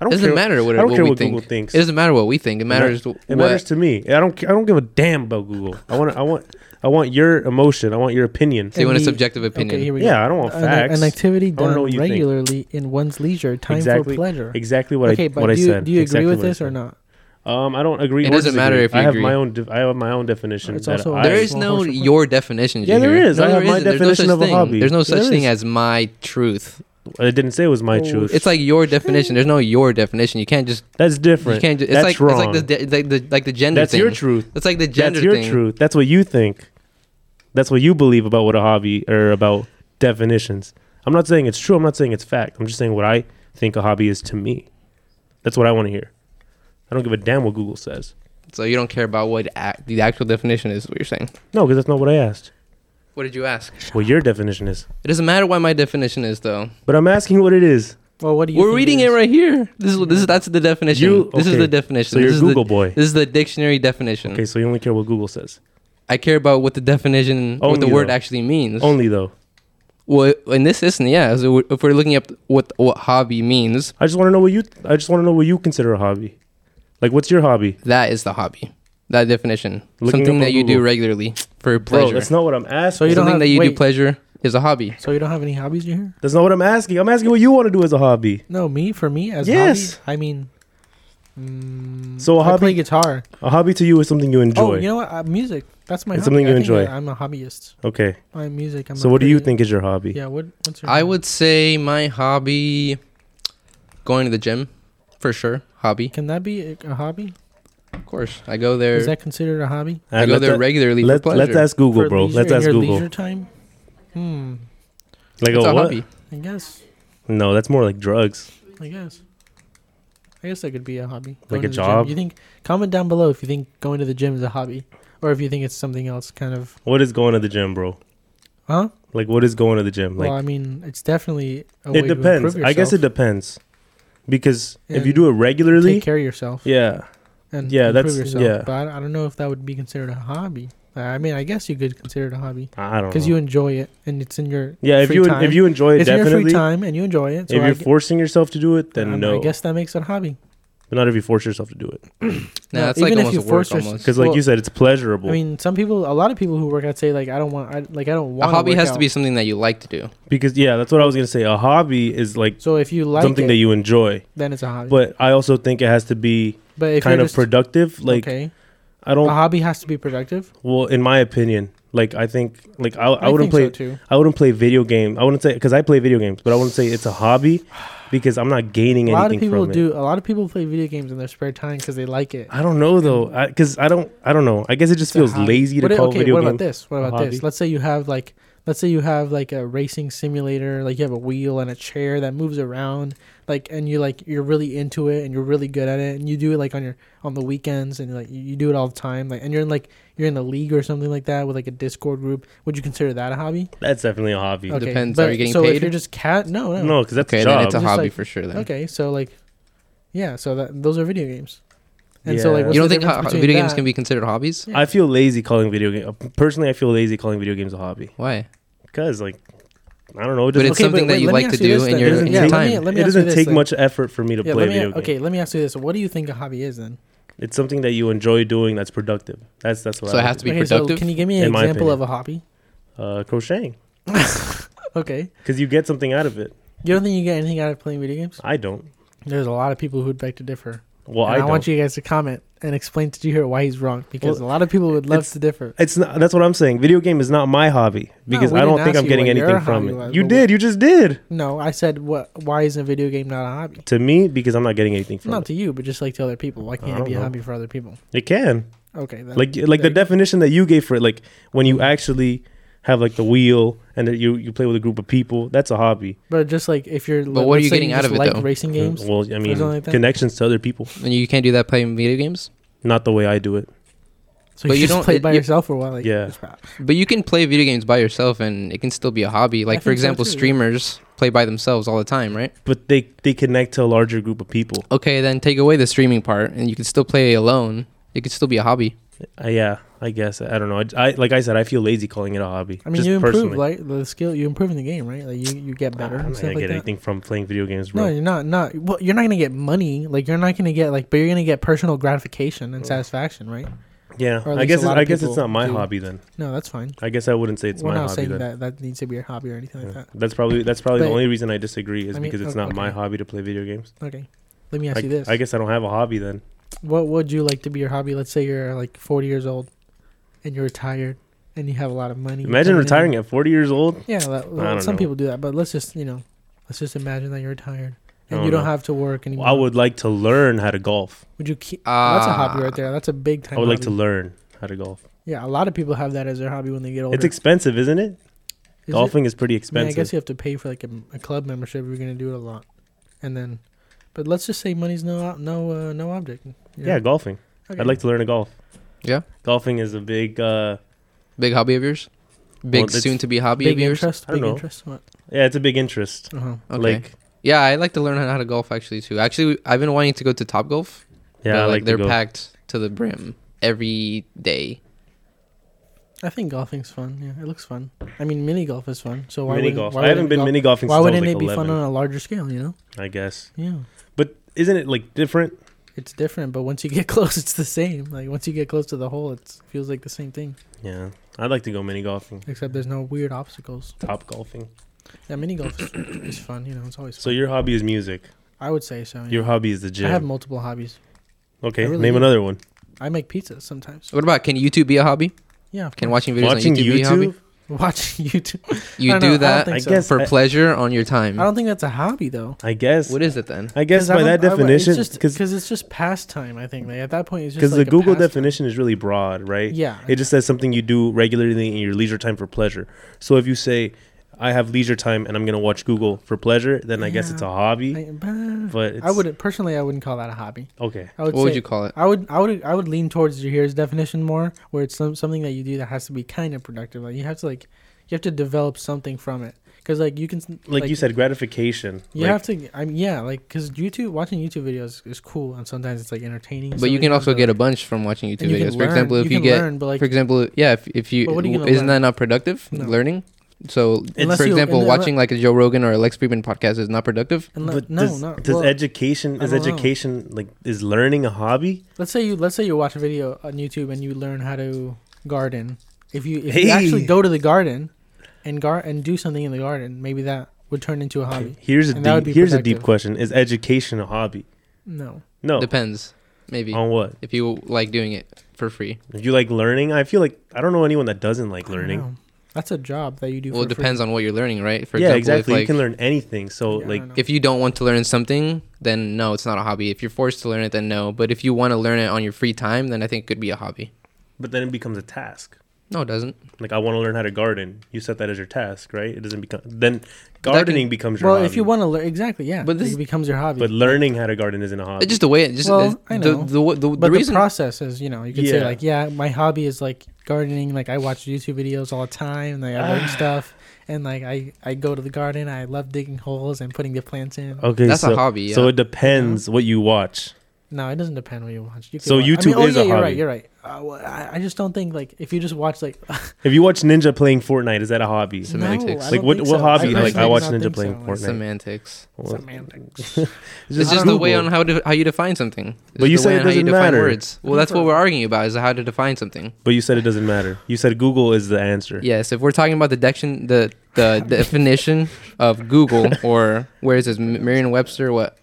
I
It
don't
doesn't
care.
matter what,
I don't
what
care
we
what
think.
Google thinks.
It doesn't matter what we think. It
ma-
matters
It
what
matters to me. I don't. ca- I don't give a damn about Google. I want. I want. I want your emotion. I want your opinion.
So you
And
want a
we-
subjective opinion.
Okay, here we go.
Yeah, I don't want
an,
facts.
an activity
don't know
done
what you think.
regularly in one's leisure time
Exactly.
for pleasure.
exactly what
okay,
I
but
what I
do you,
said.
do you
Exactly
agree with
what I
this or
said.
not?
Um, I don't agree.
It
or
doesn't matter
disagree.
if you
I have
agree.
my own. def- I have my own definition.
It's
that
also-
I-
There
Right.
is
Small
no
horse report.
your definition.
Yeah, there
Junior.
is. I
No,
have
there
my
isn't. There's no
definition
such
of a
thing.
hobby.
There's no
There
such thing
is.
as my truth.
I didn't say it was my
Oh,
truth.
It's like your definition. There's no your definition. You can't just.
that's different.
You can't. Just, it's
that's
like
wrong.
it's like the, de- like the like the gender
that's
thing.
your truth.
It's like the gender
that's your
thing.
truth. That's what you think. That's what you believe about what a hobby or about definitions. I'm not saying it's true. I'm not saying it's fact. I'm just saying what I think a hobby is to me. That's what I want to hear. I don't give a damn what Google says.
So you don't care about what ac the actual definition is. What you're saying.
No, because that's not what I asked.
What did you ask?
What your definition is.
It doesn't matter what my definition is, though.
But I'm asking what it is.
Well, what do you?
We're
think
reading
is-
it right here. This is this is that's the definition.
You-
This is
okay.
the definition.
So you're
this is
Google
the,
boy.
This is the dictionary definition.
Okay, so you only care what Google says.
I care about what the definition, what
Only
the word
though.
actually means.
Only though.
Well, in this instance, yeah. So if we're looking up what what hobby means,
I just want to know what you. I just want to know what you consider a hobby. Like, what's your hobby?
that is the hobby. That definition,
Looking
something
up on
that you do
Google.
regularly for pleasure.
Bro, that's not what I'm asking.
So you don't
something
have-
that you do
wait.
pleasure is a hobby.
So you don't have any hobbies in here?
That's not what I'm asking. I'm asking what you want to do as a hobby.
No, me for me as
Yes.
hobby. I mean, mm,
So a
I play
hobby-
guitar.
A hobby to you is something you enjoy.
Oh, you know what? Uh, music. That's my.
It's
hobby.
something you
I think
enjoy.
I, am a hobbyist.
Okay.
I'm music. I'm
so
a
what do you
pretty-
think is your hobby?
Yeah. What? What's your?
I
hobby?
would say my hobby, going to the gym, for sure. Hobby,
Can that be a, a hobby?
of course. I go there.
Is that considered a hobby?
I
And
go
let
there
that-
regularly
let,
for
let's
pleasure.
ask Google,
For
bro.
leisure
Let's
in
ask
your
Google.
Leisure time. Hmm.
Like,
it's
oh,
a
what?
hobby.
I guess.
No, that's more like drugs.
I guess. I guess that could be a hobby.
Like
Going
a
to the gym.
job?
You think? Comment down below if you think going to the gym is a hobby, or if you think it's something else. Kind of.
What is going to the gym, bro?
Huh?
Like, what is going to the gym? Like,
well, I mean, it's definitely a way
it depends.
to improve
I guess it
yourself,
depends because if you
And
do it regularly,
Take care of yourself.
yeah,
and
Yeah,
improve
that's-
yourself.
yeah.
But I, I don't know if that would be considered a hobby. Uh, I mean, I guess you could consider it a hobby
I don't know.
because you enjoy it and it's in your
yeah, if
free
you
time.
if you enjoy it,
it's in your free
definitely.
time and you enjoy it. So
if
I
you're
gu-
forcing yourself to do it, then
um, I
no.
guess that makes it a hobby.
But not if you force yourself to do it,
Nah,
No,
that's like
even if
almost
you
a work
force yourself-
almost.
because like
Well,
you said, it's pleasurable.
I mean, some people, a lot of people who work out say like, I don't want, I, like, I don't
A
want.
hobby has to be something that you like to do.
because yeah, that's what I was gonna say. A hobby is like
So if you like
something
it,
that you enjoy,
then it's a hobby.
but I also think it has to be
but if
kind
you're
of
just,
productive. Like
okay, Uh-huh.
I
a
don't
hobby has to be productive.
Well, in my opinion, like I think, like I, I,
I,
wouldn't play,
think so too.
I wouldn't play video game. I wouldn't say because I play video games, but I wouldn't say it's a hobby because I'm not gaining
A lot of
anything
people
from it.
do. A lot of people play video games in their spare time because they like it.
I don't know though, because I, don't, I don't know. I guess it just
It's a
feels
hobby.
lazy to
What i-
call
okay,
video
what
game.
about this? What
a
about
hobby?
this? Let's say you have like let's say you have like a racing simulator, like you have a wheel and a chair that moves around, like and you like you're really into it and you're really good at it and you do it like on your on the weekends and like you, you do it all the time, like and you're in like you're in a league or something like that with like a Discord group. Would you consider that a hobby?
That's definitely a hobby.
Okay. Depends.
but-
Are you getting
so
paid?
if you're just cat, no, no,
No, because that's
okay,
a
then
job.
it's a
Just
hobby
like-
for sure. Then
Okay, so like, yeah, so that those are video games, and so
Yeah.
like what's
you don't
the
think
difference
ho-
between
video games
that-
can be considered hobbies?
Yeah.
I feel lazy calling video game. Personally, I feel lazy calling video games a hobby
Why?
because like I don't know. It
But
doesn't,
it's
Okay,
something
but
that you
let me
like to
ask you
do
this
in
then.
your,
It doesn't
in your
take-
time.
Yeah, let
it
me ask you
doesn't
this,
take
like-
much effort for me to
yeah,
play
let me,
video games.
Okay, let me ask you this: What do you think a hobby is then?
It's something that you enjoy doing. That's productive. That's that's what.
So
I
it
would
has to be
okay,
productive.
So can you give me an
In my
example
opinion.
of a hobby?
do. uh, crocheting
Okay.
because you get something out of it.
You don't think you get anything out of playing video games?
I don't.
There's a lot of people who'd beg to differ.
Well,
And
I,
I,
don't.
want you guys to comment and explain to Jihir why he's wrong because a lot of people would love
it's-
to differ.
It's not, that's what I'm saying. Video game is not my hobby because
we
I don't
didn't
think I'm
ask you
getting
what your
anything from
hobby
it.
was,
you
but
did. You just did.
No, I said what? Why isn't a video game not a hobby?
To me, because I'm not getting anything from
Not
it.
to you, but just like to other people. Why can't
don't
it be a
know.
hobby for other people?
It can
Okay. Then.
like like the
there you go.
definition that you gave for it. Like when you actually have like the wheel and that you you play with a group of people. That's a hobby.
But just like if you're,
But what are
let's
you
say
getting out
just
of it,
like
though?
Mm,
Racing games.
Well, I mean,
something like that?
connections to other people.
And you can't do that playing video games.
Not the way I do it.
So
But
you,
you
just
don't-
play
it-
by
you-
yourself for a while. Like,
Yeah.
But you can play video games by yourself, and it can still be a hobby. Like for
think so,
example,
too.
streamers play by themselves all the time, right?
But they they connect to a larger group of people.
Okay, then take away the streaming part, and you can still play alone. It could still be a hobby.
Uh, yeah, I guess I don't know. I, I like I said, I feel lazy calling it a hobby.
I mean,
just
you improve
personally.
like the skill. You improve in the game, right? Like you, you get
I'm
better and
not gonna
stuff
get
like that.
anything from playing video games,
No,
bro.
you're not. Not well. You're not gonna get money. Like you're not gonna get like, but you're gonna get personal gratification and satisfaction, right?
yeah,
Or at
I
least
guess
a
it's,
lot of
I guess it's
people
not my
do.
hobby then.
No, that's fine.
I guess I wouldn't say it's
We're
my
not
hobby
saying
then.
that that needs to be your hobby or anything like
Yeah.
that.
That's probably that's probably the
But-
only reason I disagree is
I mean,
because it's
o-
not my
okay.
hobby to play video games.
Okay, let me ask
I,
you this:
I guess I don't have a hobby then.
What would you like to be your hobby? Let's say you're like 40 years old, and you're retired, and you have a lot of money.
Imagine
coming in.
retiring at 40 years old.
Yeah, that, well,
don't
some
know.
people do that, but let's just you know, let's just imagine that you're retired and
I
you
don't
don't
know.
have to work anymore.
I would like to learn how to golf.
Would you keep? that's a hobby
Ah.
right there. That's a big time.
I would like to
hobby.
learn how to golf.
Yeah, a lot of people have that as their hobby when they get older.
It's expensive, isn't it?
Is it-
Golfing is pretty
I, mean, I
expensive.
guess you have to pay for like a, a club membership. if You're gonna do it a lot, and then, but let's just say money's no no uh, no object.
yeah. golfing. I'd like to learn to golf.
Yeah.
Golfing is a big uh
Big hobby of yours. Big
Well, that's-
soon to be hobby
big
of yours.
interest.
I don't
Big
know.
interest. What?
yeah, it's a big interest.
Uh-huh.
Okay.
Like
yeah, I like to learn how to golf actually too. Actually, I've been wanting to go to Top Golf.
yeah,
but,
I
like,
like to
they're
go.
packed to the brim every day.
I think golfing's fun. Yeah, it looks fun. I mean, mini golf is fun. So why
mini
wouldn't-
golf.
why
I haven't
wouldn't
been
golf-
mini golfing
Why
since I was,
wouldn't
like,
it be fun
11,
on a larger scale? You know?
I guess.
Yeah,
But isn't it like different?
it's different, but once you get close, it's the same. Like once you get close to the hole, it feels like the same thing,
Yeah. I'd like to go mini golfing,
except there's no weird obstacles.
top golfing.
Yeah, mini golf is, is fun. You know, it's always. Fun.
So your hobby is music.
I would say so. yeah.
Your hobby is the
I have
gym.
multiple hobbies.
Okay,
I really
name
do.
another one.
I make pizzas sometimes.
What about can YouTube be a hobby?
Yeah, of
Can
course.
watching videos
Watching
on YouTube, be a hobby?
YouTube?
watch YouTube. I
You
don't know, I
do
don't
that
think
I
so.
guess
for
I-
pleasure on your time.
I don't think that's a hobby though.
I guess.
What is it then?
I guess
'Cause I
by that
don't- I would- it's
definition,
just-
because
it's just pastime. I think like at that point, it's just
because
like
the
a
Google
pastime.
definition is really broad, right?
Yeah,
It just says something you do regularly in your leisure time for pleasure. So if you say, "I have leisure time and I'm gonna watch Google for pleasure," then I guess
Yeah.
it's a hobby.
I, but
but it's,
I wouldn't personally. I wouldn't call that a hobby.
Okay,
I would
What
say
would you call it?
I would I would I would lean towards your here's definition more, where it's some, something that you do that has to be kind of productive. Like you have to like you have to develop something from it because like you can s-
like, you said, gratification.
you
Like,
have to I mean, yeah like because YouTube watching YouTube videos is cool and sometimes it's like entertaining.
But you can also get a bunch from watching YouTube videos. For example, if you, get,
learn, but like
for example, yeah, if, if you,
But what are you gonna
isn't
learn?
that not productive
No.
learning? So,
Unless
for
you-
example,
and then-
watching like a Joe Rogan or a Lex Friedman podcast is not productive.
unle-
but
no,
does,
not
does
well,
education
I
is
don't know.
education like is learning a hobby?
let's say you let's say you watch a video on YouTube and you learn how to garden. If you if you actually
Hey.
go to the garden and gar and do something in the garden, maybe that would turn into a hobby.
Here's a
And that would
deep,
be
here's a
productive.
deep question: Is education a hobby?
No.
No, Oh.
Depends, maybe
on what?
if you like doing it for free.
If you like learning, I feel like I don't know anyone that doesn't like
I don't
learning.
know. That's a job that you do.
Well, it
for free.
depends on what you're learning, right? For
yeah,
example,
exactly.
If,
you
like,
can learn anything. So
Yeah, I
like,
don't know.
if you don't want to learn something, then no, it's not a hobby. If you're forced to learn it, then no. But if you want to learn it on your free time, then I think it could be a hobby.
but then it becomes a task.
No, it doesn't.
Like I want to learn how to garden. You set that as your task, right? It doesn't become then gardening becomes your
well,
hobby.
if you want to learn, exactly, yeah.
But
But
this-
it becomes your hobby.
but learning how to garden isn't a hobby.
It's just the way it just
Well, I
the-
know.
the wa- the, the,
But the,
reason
process is, you know, you could say
Yeah.
like, yeah, my hobby is like gardening. Like I watch YouTube videos all the time, and like, I learn stuff, and like I I go to the garden. I love digging holes and putting the plants in.
okay,
that's
so,
a hobby. Yeah.
So it depends what you watch.
No, it doesn't depend what you watch. You could
So
watch, oh,
YouTube is a
you're
hobby.
Right, you're right. Uh, well, I, I just don't think like if you just watch like
If you watch ninja playing Fortnite, is that a hobby?
Some- Semantics.
No, I
Like,
don't
what-
think
what
so.
hobby?
Like, I
personally do
watch
not
Ninja
think
playing
so.
Fortnite.
semantics.
Well,
Semantics.
It's
I
just
don't
the
know.
way on how to, how you define something. It's
But you
the
say
way
it
on how
doesn't
define
matter.
Words. Well, that's what we're arguing about is how to define something.
But you said it doesn't matter. You said Google is the answer.
Yes, if we're talking about the dection, the the definition of Google or where is this M- Merriam-Webster? What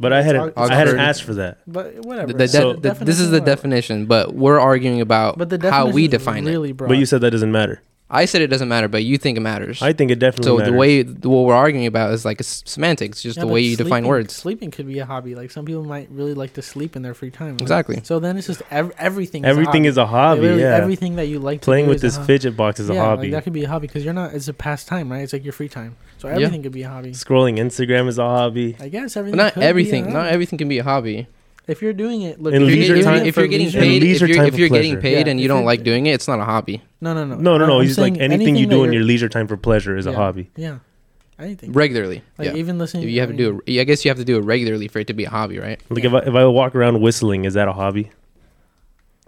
But I hadn't. I
Oxford.
hadn't asked for that.
the,
But whatever.
the de-
So-
the- this is the
whatever.
definition, but we're arguing about
But the
how we
definition's
define
really broad.
But you said that doesn't matter.
I said it doesn't matter, but you think it matters.
I think it definitely.
so the
matters.
way what we're arguing about is like s- semantics, just
Yeah,
the
but
way you define
sleeping-
words.
Sleeping could be a hobby. Like some people might really like to sleep in their free time. right?
Exactly.
So then it's just ev- everything.
everything is a
hobby. Like,
hobby.
literally
yeah,
Everything that you like
playing
to do
with
is a
this
hob-
fidget box is a
yeah,
hobby.
Like that could be a hobby because you're not. It's a pastime, right? It's like your free time. So
Yeah.
everything could be a hobby.
Scrolling Instagram is a hobby.
I guess
But
everything.
not
could be a
everything. Not
hobby.
everything can be a hobby.
if you're doing it, look.
In
if
If
you're
leisure
you're, if
doing
you're-
time-
it
if
for
you're getting
leisure-
paid, if
leisure
you're,
time
if
for
you're getting
pleasure.
paid
Yeah,
and
if
you don't
you're-
like doing it, it's not a hobby.
No, no, no.
No, no,
I'm-
no.
I'm
He's like
saying
anything you
that
do in
you're-
your leisure time for pleasure is a
Yeah.
hobby.
Yeah, anything.
Regularly,
Like
yeah.
even listening.
you have to do. It, I guess you have to do it regularly for it to be a hobby, right?
Like
Yeah.
if I if I walk around whistling, is that a hobby?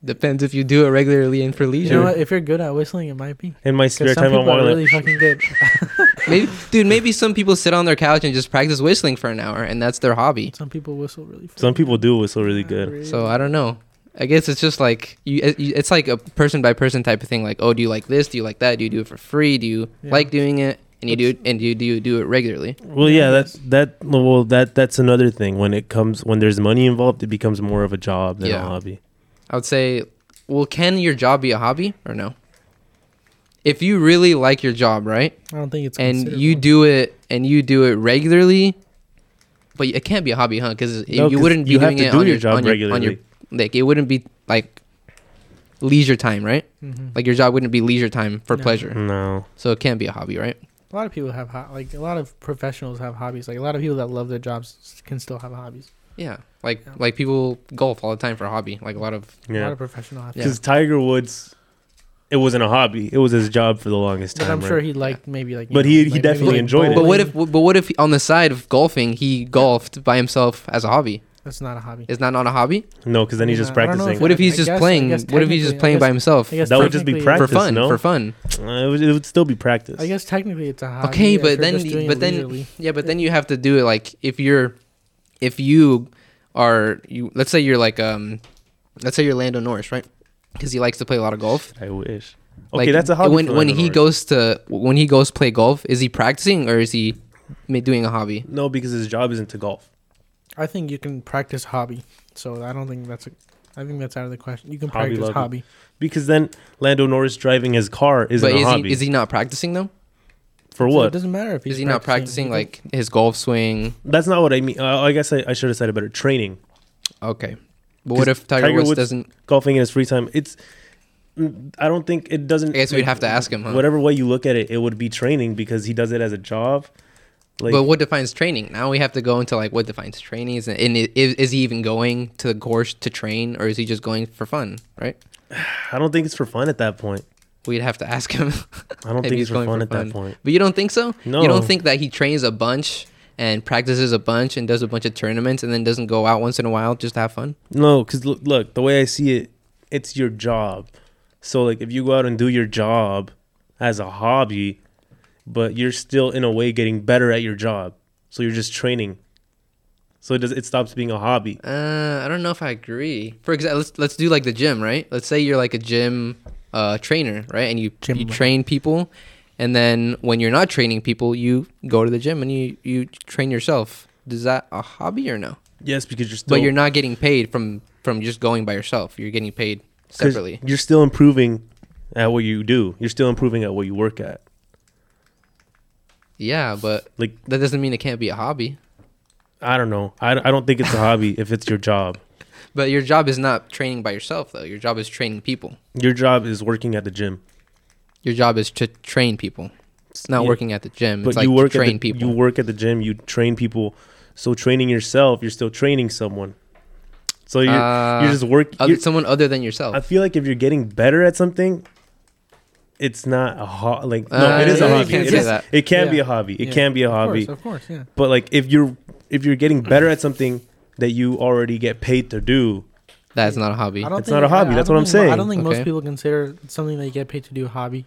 Depends if you do it regularly and for
You
leisure.
know what? If you're good at whistling, it might be.
In my
'Cause
spare
some
time, I'm
people are
walking.
really
like,
fucking good.
Maybe, dude, maybe some people sit on their couch and just practice whistling for an hour, and that's their hobby.
Some people whistle really.
some
fucking
people
good.
do whistle really
Yeah,
good.
So I don't know. I guess it's just like you. it- you- It's like a person by person type of thing. Like, oh, do you like this? Do you like that? Do you do it for free? Do you
Yeah.
like doing it? And you do it, and you do you do it regularly?
Well, yeah, that's that. Well, that that's another thing. When it comes when there's money involved, it becomes more of a job than a
Yeah.
hobby.
I would say, well, can your job be a hobby or no? If you really like your job, right,
I don't think it's.
and
considered
you
one.
do it and you do it regularly, but it can't be a hobby, huh? Because
No,
you
'cause
wouldn't be
you have
doing
to
it
do
on
your
your
job
on your, on your
regularly.
like it wouldn't be like leisure time, right?
Mhm.
Like your job wouldn't be leisure time for
No.
pleasure,
No,
so it can't be a hobby, right?
A lot of people have ho- like a lot of professionals have hobbies. Like a lot of people that love their jobs s- can still have hobbies.
Yeah, like
Yeah.
like people golf all the time for a hobby. Like a lot of
A lot
yeah,
of professional have.
Yeah.
because Tiger Woods, it wasn't a hobby. It was his job for the longest
But
time.
I'm sure
right?
he liked maybe like. you
But
know,
he- he
like, maybe,
definitely
like,
enjoyed it.
but
bowling.
what if but what if on the side of golfing he golfed by himself as a hobby?
that's not a hobby?
Is that not a hobby?
no, because then he's
Yeah,
just
I don't know
practicing.
What if
I-
he's
I
just
guess- I
playing?
guess
What if he's just
technically-
playing
I
by
guess-
himself
I guess
That would just be
technically-
for
practice,
fun?
no?
For fun.
Uh, it, would, it would still be practice.
I guess technically it's a hobby.
Okay,
if
but
you're
then
just
y-
doing
but
it
then-
leisurely.
Yeah, but then you have to do it like if you're, if you are you. Let's say you're like um, let's say you're Lando Norris, right? Because he likes to play a lot of golf.
I wish. Okay,
Like,
that's a hobby.
When
for
when
Lando
he
Norris.
goes to when he goes play golf, is he practicing or is he ma- doing a hobby?
no, because his job isn't to golf.
I think you can practice hobby. So I don't think that's a. I think that's out of the question. You can
Hobby
practice
lobby.
hobby.
Because then Lando Norris driving his car isn't
but
a
is
hobby.
he is he not practicing though?
for
So it
what?
doesn't matter if he's
is he not practicing like his golf swing?
That's not what I mean. Uh, I guess I, I should have said it better. Training,
Okay, but what if Tiger,
Tiger
Woods,
Woods-
doesn't?
golfing in his free time. It's. mm, I don't think it doesn't.
I guess we'd have to ask him. Huh?
Whatever way you look at it, it would be training because he does it as a job. Like
but what defines training? Now we have to go into like what defines training. Is and i- is, is he even going to the course to train, or is he just going for fun? Right?
I don't think it's for fun at that point.
We'd have to ask him.
I don't
If
think
he's
it's for
going
fun
for
at
fun.
that point.
but you don't think so? You
No.
don't think that he trains a bunch and practices a bunch and does a bunch of tournaments and then doesn't go out once in a while just to have fun?
No, because look, look, the way I see it, it's your job. So like, if you go out and do your job as a hobby, but you're still in a way getting better at your job, so you're just training. So it does. It stops being a hobby.
Uh, I don't know if I agree. For example, let's let's do like the gym, right? Let's say you're like a gym uh, trainer, right? And you
Gym
you
rat.
train people, and then when you're not training people, you go to the gym and you you train yourself. Is that a hobby or no?
Yes, because you're still.
But you're not getting paid from from just going by yourself. You're getting paid
'cause
separately.
You're still improving at what you do. You're still improving at what you work at.
Yeah, but
Like
that doesn't mean it can't be a hobby.
I don't know. I, I don't think it's a hobby if it's your job.
But your job is not training by yourself though. Your job is training people.
Your job is working at the gym.
Your job is to train people. It's not
Yeah.
working at the gym.
but
it's like
you work
to train
at the,
people.
You work at the gym. You train people. So training yourself, you're still training someone. So you're,
Uh,
you're just work.
other,
you're-
someone other than yourself.
I feel like if you're getting better at something, it's not a hobby. Like no,
Uh,
it is
yeah,
a
you
hobby.
can't
It,
say
is,
that.
it can be
Yeah.
a hobby. It
Yeah.
can be a
Of course,
hobby.
of course, yeah.
But like if you're if you're getting better at something that you already get paid to do,
That's not a hobby.
I don't
It's
think-
not a hobby,
I
that's
don't
what I'm
think mo- I
saying.
don't think most
Okay.
people consider something they get paid to do a hobby.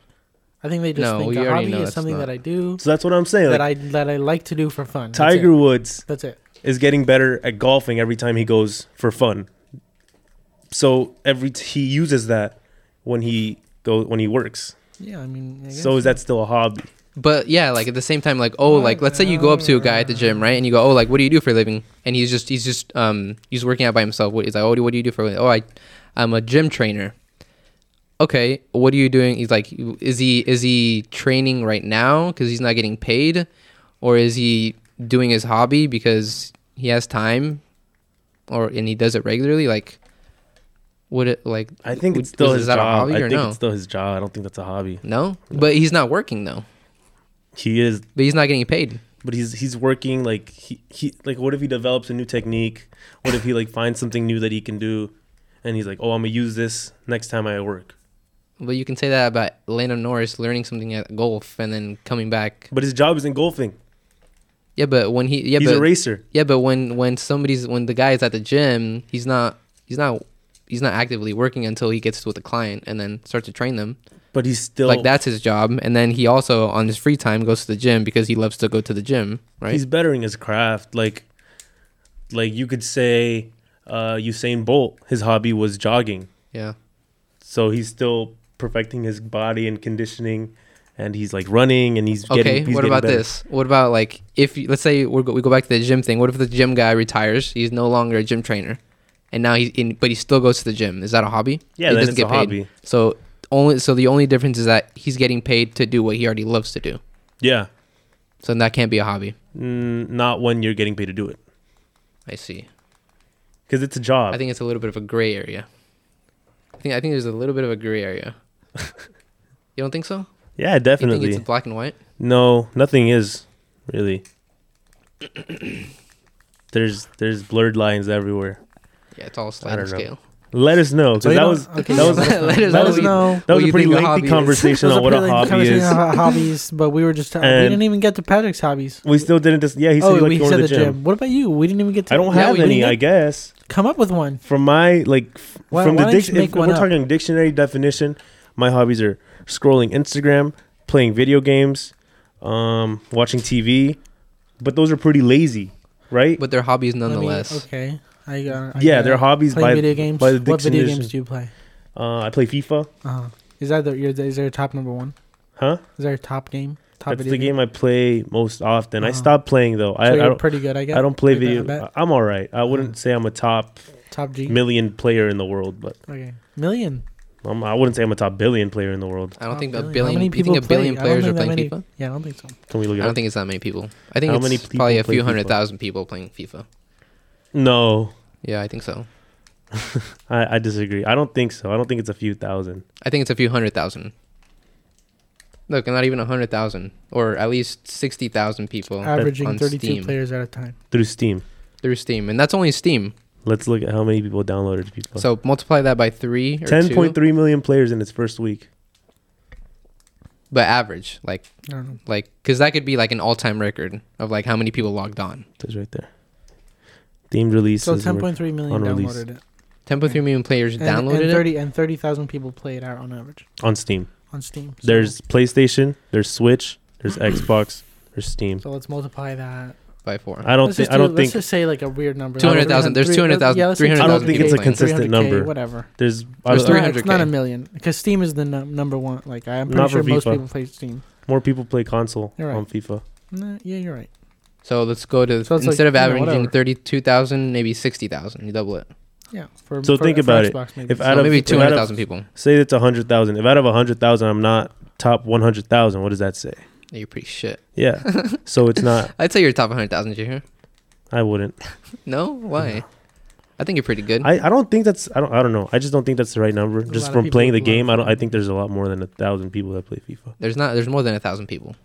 I think they just
No,
think
we
a
already
hobby
know
is
that's
something
not-
that I do
so that's what I'm saying.
that
Like
I that I like to do for fun. That's
Tiger
it.
Woods
That's it.
is getting better at golfing every time he goes for fun. So every t- he uses that when he go when he works.
Yeah, I mean. I
So
guess.
is that still a hobby?
But yeah, like at the same time, like oh, like let's say you go up to a guy at the gym, right? And you go, oh, like what do you do for a living? And he's just he's just um he's working out by himself. What he's like, oh, what do you do for a living? Oh, I I'm a gym trainer. okay, what are you doing? He's like, is he is he training right now because he's not getting paid, or is he doing his hobby because he has time, or and he does it regularly? Like, would it like?
I think
would-
it's still
was-
his
is that a
job.
hobby
I
or
think
no?
it's still his job. I don't think that's a hobby.
No, but he's not working though.
He is,
But he's not getting paid.
but he's he's working like he, he like what if he develops a new technique? What if he like finds something new that he can do, and he's like, oh, I'm gonna use this next time I work.
But you can say that about Lando Norris learning something at golf and then coming back.
But his job isn't golfing.
Yeah, but when he yeah
he's
but
a racer.
yeah but when when somebody's when the guy's at the gym, he's not he's not he's not actively working until he gets with a client and then starts to train them.
But he's still
Like that's his job, and then he also on his free time goes to the gym because he loves to go to the gym, right?
He's bettering his craft. Like, like you could say, uh, Usain Bolt. His hobby was jogging,
yeah,
so he's still perfecting his body and conditioning, and he's like running and he's getting.
okay
he's
what
getting
about
better.
this what about like if you- let's say we're go, we go back to the gym thing what if the gym guy retires he's no longer a gym trainer and now he's in but he still goes to the gym is that a hobby
Yeah,
he
then it's a hobby.
so only so the only difference is that he's getting paid to do what he already loves to do
Yeah,
so that can't be a hobby
mm, not when you're getting paid to do it
i see
because it's a job.
i think it's a little bit of a gray area i think i think there's a little bit of a gray area you don't think so
yeah,
you
definitely.
think it's black and white
no, nothing is really. there's there's blurred lines everywhere.
yeah it's all sliding
don't know.
scale
Let us know
So
because
you
that
don't-
was
okay,
that was
so
that
that
is
was
what we-
know.
that was
what
a
you
pretty
think a
lengthy
hobby is.
conversation
Those
on
are
what a
pretty
hobby
conversation
is.
about hobbies, but we were just we
And-
didn't even get to Patrick's hobbies.
We still didn't just. Yeah, he said
oh,
he liked
we
going
said
to
the
the
gym.
gym.
What about you? We didn't even get to.
I don't
Yeah,
have
we
any.
did.
I guess
Come up with one.
from my like f-
Why-
from
why
the
don't you
diction. If
make one
we're
up?
talking dictionary definition, my hobbies are scrolling Instagram, playing video games, um, watching TV. But those are pretty lazy, right?
but their hobbies
I mean,
nonetheless
okay. I got. I
yeah,
got
they're
it.
hobbies
Playing
by
video games.
by the
what video
dictionary.
games do you play?
Uh, I play FIFA,
Uh huh. Is that the, your? Is there a top number one?
huh?
Is there a top game? Top
That's the game I play most often. I
Uh-huh.
stopped playing though. I,
So
I
you're
don't.
pretty good, I guess.
I Uh-huh. don't play
Pretty
video.
bad at
I'm all right. I wouldn't say I'm a top
that. Top G.
million player in the world, but
okay. Million.
I'm, I wouldn't say I'm a top billion player in the world.
I don't
Oh,
think
billion.
a
How
billion.
many
you think a
people play?
billion
I don't
players are
think that
playing
many-
FIFA?
Yeah, I don't think so.
Can we look
I
it
don't
up?
think it's that many people. I think
How
it's
many people
probably a
play
few
FIFA?
hundred thousand people playing FIFA.
No,
Yeah, I think so.
I, I disagree. I don't think so. I don't think it's a few thousand.
I think it's a few hundred thousand. Look, not even a hundred thousand, or at least sixty thousand people
Averaging
on
32
Steam
players at a time.
Through Steam.
through Steam, and that's only Steam.
Let's look at how many people downloaded people.
So multiply that by three or
Ten point
two,
three million players in its first week.
but average, like
I don't know.
like because that could be like an all-time record of like how many people logged on.
That's right there. Themed release.
So
is worth-
10.3 million
on release.
downloaded it.
Ten point three million players
And,
downloaded it.
and 30 and 30,000 people play it out on average
on Steam.
on Steam. So,
There's PlayStation. There's Switch. There's Xbox. There's Steam.
so let's multiply that.
by four.
I don't
let's
think.
just
I
do-
don't
Let's
think
just say like a weird number.
200,000. There's
Three-
200,000,
yeah, let's say
300,000
I don't think it's a
people playing.
consistent
300K,
number.
Whatever.
There's. I
There's
It's
don't-
not, it's not a
300K.
million because Steam is the num- number one. Like I'm pretty
Not for
sure most
FIFA.
people play Steam.
more people play console
You're right.
on FIFA.
Nah, yeah, you're right.
So let's go to
So it's like,
instead of
you know,
averaging
whatever.
thirty-two thousand, maybe sixty thousand. You double it.
Yeah. For,
So
for-
think
for
about it.
Xbox, Maybe.
If
So
out
So
of-
maybe
out of-
two hundred thousand people.
Say it's a hundred thousand. If out of a hundred thousand, I'm not top one hundred thousand. What does that say?
You're pretty shit.
Yeah. so it's not.
I'd say you're top 100,000, you hear?
I wouldn't.
No? Why? I think you're pretty good.
I, I don't think that's I don't I don't know. I just don't think that's the right number.
There's a lot
Just
of
from
people
playing the
with a lot of
game, I don't. I
fun.
think there's a lot more than a thousand people that play FIFA.
there's not there's more than a 1,000 people.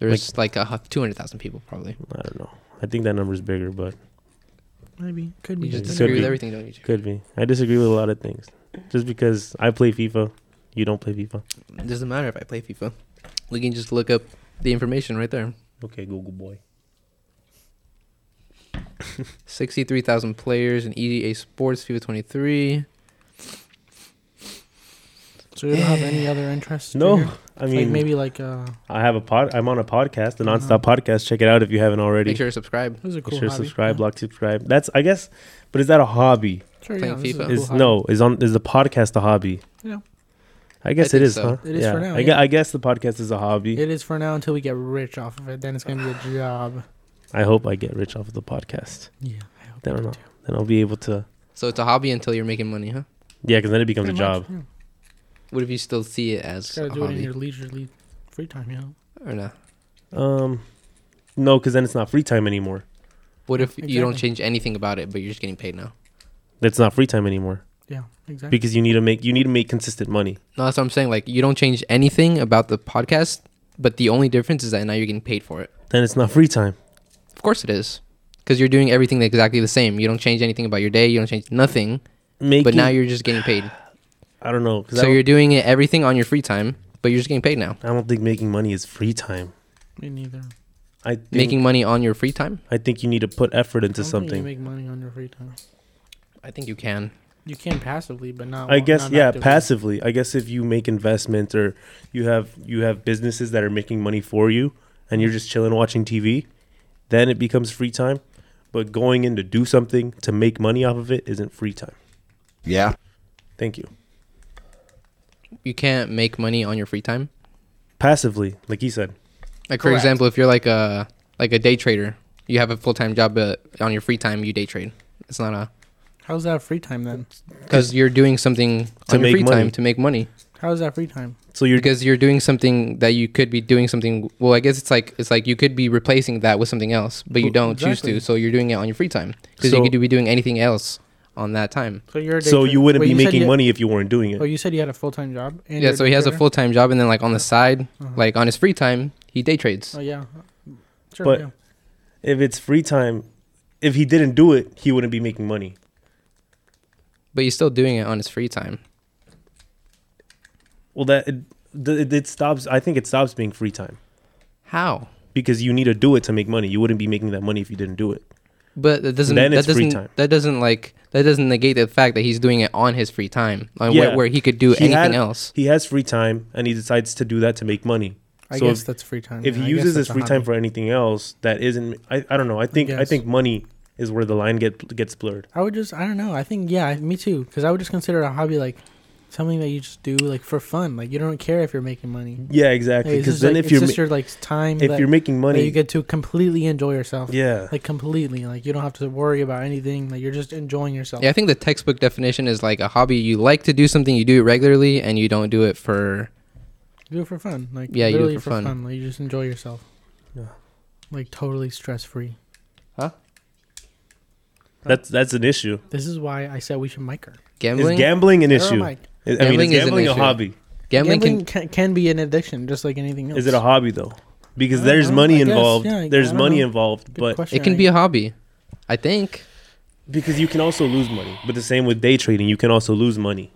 There's like, a hu- 200,000 people probably.
I don't know. I think that number's bigger, but
maybe could
You
be.
just
Could
disagree with
be.
everything, don't you? Jack?
could be. I disagree with a lot of things. Just because I play FIFA, you don't play FIFA.
It doesn't matter if I play FIFA. We can just look up the information right there.
Okay, Google boy.
63,000 players in EDA Sports FIFA 23.
So you don't have any other interests?
No,
Junior?
I
like
mean
maybe like uh,
I have a pod. I'm on a podcast, the
Uh-huh.
Nonstop Podcast. Check it out if you haven't already.
Make sure to subscribe.
this is a
Make
cool
sure to
hobby. Uh-huh.
subscribe,
Yeah.
like, subscribe. That's I guess. But is that a hobby?
Sure,
Playing
yeah, this is a
FIFA.
cool
Is
hobby.
no is on is the podcast a hobby?
Yeah.
I guess
I
it
think
is,
so.
huh?
It is for now,
I,
yeah.
gue- I guess the podcast is a hobby.
It is for now until we get rich off of it. Then it's gonna be a job.
I hope I get rich off of the podcast.
Yeah, I hope.
Then
you
I'll,
do.
then I'll be able to.
So it's a hobby until you're making money, huh?
Yeah, because then it becomes
Pretty
a job.
much, yeah.
what if you still see it as
gotta
a
do it in
hobby
your leisurely free time, you know.
or not?
Um, no, because then it's not free time anymore.
What if you don't
Exactly.
change anything about it, but you're just getting paid now?
That's not free time anymore
Yeah, exactly.
because you need to make you need to make consistent money.
No, that's what I'm saying. Like you don't change anything about the podcast, but the only difference is that now you're getting paid for it.
Then it's not free time.
Of course it is, because you're doing everything exactly the same. You don't change anything about your day. You don't change nothing,
Making,
but now you're just getting paid.
I don't know. 'cause I
So
don't-
you're doing it everything on your free time, but you're just getting paid now.
I don't think making money is free time.
Me neither.
I think,
Making money on your free time?
I think you need to put effort
I
into
don't think
something.
you make money on your free time.
I think you can.
You can passively, but not.
I guess
not
yeah,
actively.
passively. I guess if you make investments or you have you have businesses that are making money for you and you're just chilling watching TV, then it becomes free time. But going in to do something to make money off of it isn't free time.
Yeah.
Thank you.
You can't make money on your free time.
Passively, like he said.
Like for
Correct.
example, if you're like a like a day trader, you have a full time job, but on your free time you day trade. It's not a
How's that free time then?
because you're doing something
To
on your
make
free
money.
time to make money.
How's that free time?
So you're
because you're doing something that you could be doing something well i guess it's like it's like you could be replacing that with something else but you
Well,
don't
exactly.
choose to so you're doing it on your free time because
So-
you could be doing anything else on that time
So you're a day
so
trader.
you wouldn't
Wait,
be
said
making
you-
money if you weren't doing it.
Oh, you said you had a full time job. And
yeah
you're
so
day
he has a
trader?
full-time job and then like on the side
Uh-huh.
like on his free time he day trades
Oh yeah. Sure,
But-
yeah.
If it's free time, if he didn't do it, he wouldn't be making money.
but he's still doing it on his free time
Well, that it, it, it stops. I think it stops being free time
how
because you need to do it to make money. You wouldn't be making that money if you didn't do it.
but that doesn't
Then it's
that
free
doesn't
time.
that doesn't like that doesn't negate the fact that he's doing it on his free time like
Yeah.
where, where he could do
He
anything
had-
else
He has free time and he decides to do that to make money.
I
so
guess
if-
that's free time.
If
yeah,
he
I guess
uses his
that's a
free time
hobby.
for anything else, that isn't. I, I don't know. I think I,
guess.
think money is where the line get gets blurred.
I would just, I don't know. I think, yeah, I- me too. Because I would just consider a hobby like something that you just do like for fun. Like you don't care if you're making money.
Yeah, exactly.
Like, it's
Because
just,
then
like-
if
it's
you're
just
ma-
your like time
if
that,
you're making
that
money,
you get to completely enjoy yourself.
yeah,
Like completely. Like you don't have to worry about anything. Like you're just enjoying yourself.
Yeah, I think the textbook definition is like a hobby. You like to do something, you do it regularly, and you don't do it for.
You do it for fun. Like
Yeah, you do it
literally
for
for fun.
fun.
Like you just enjoy yourself.
Yeah.
Like totally stress free.
that's that's an issue.
This is why I said we should mic her.
Gambling?
Is gambling an
Girl,
issue? I
mic.
I mean,
Gambling
is
is an
gambling a
issue.
hobby?
gambling,
Gambling
can.
can, can be an addiction, just like anything else.
Is it a hobby though? Because
I
there's
don't know.
money
I guess,
involved.
yeah, I- I
there's
don't
money
know.
involved,
Good
but
question,
It can
I
be a
guess.
hobby, I think.
because you can also lose money. But the same with day trading, you can also lose money.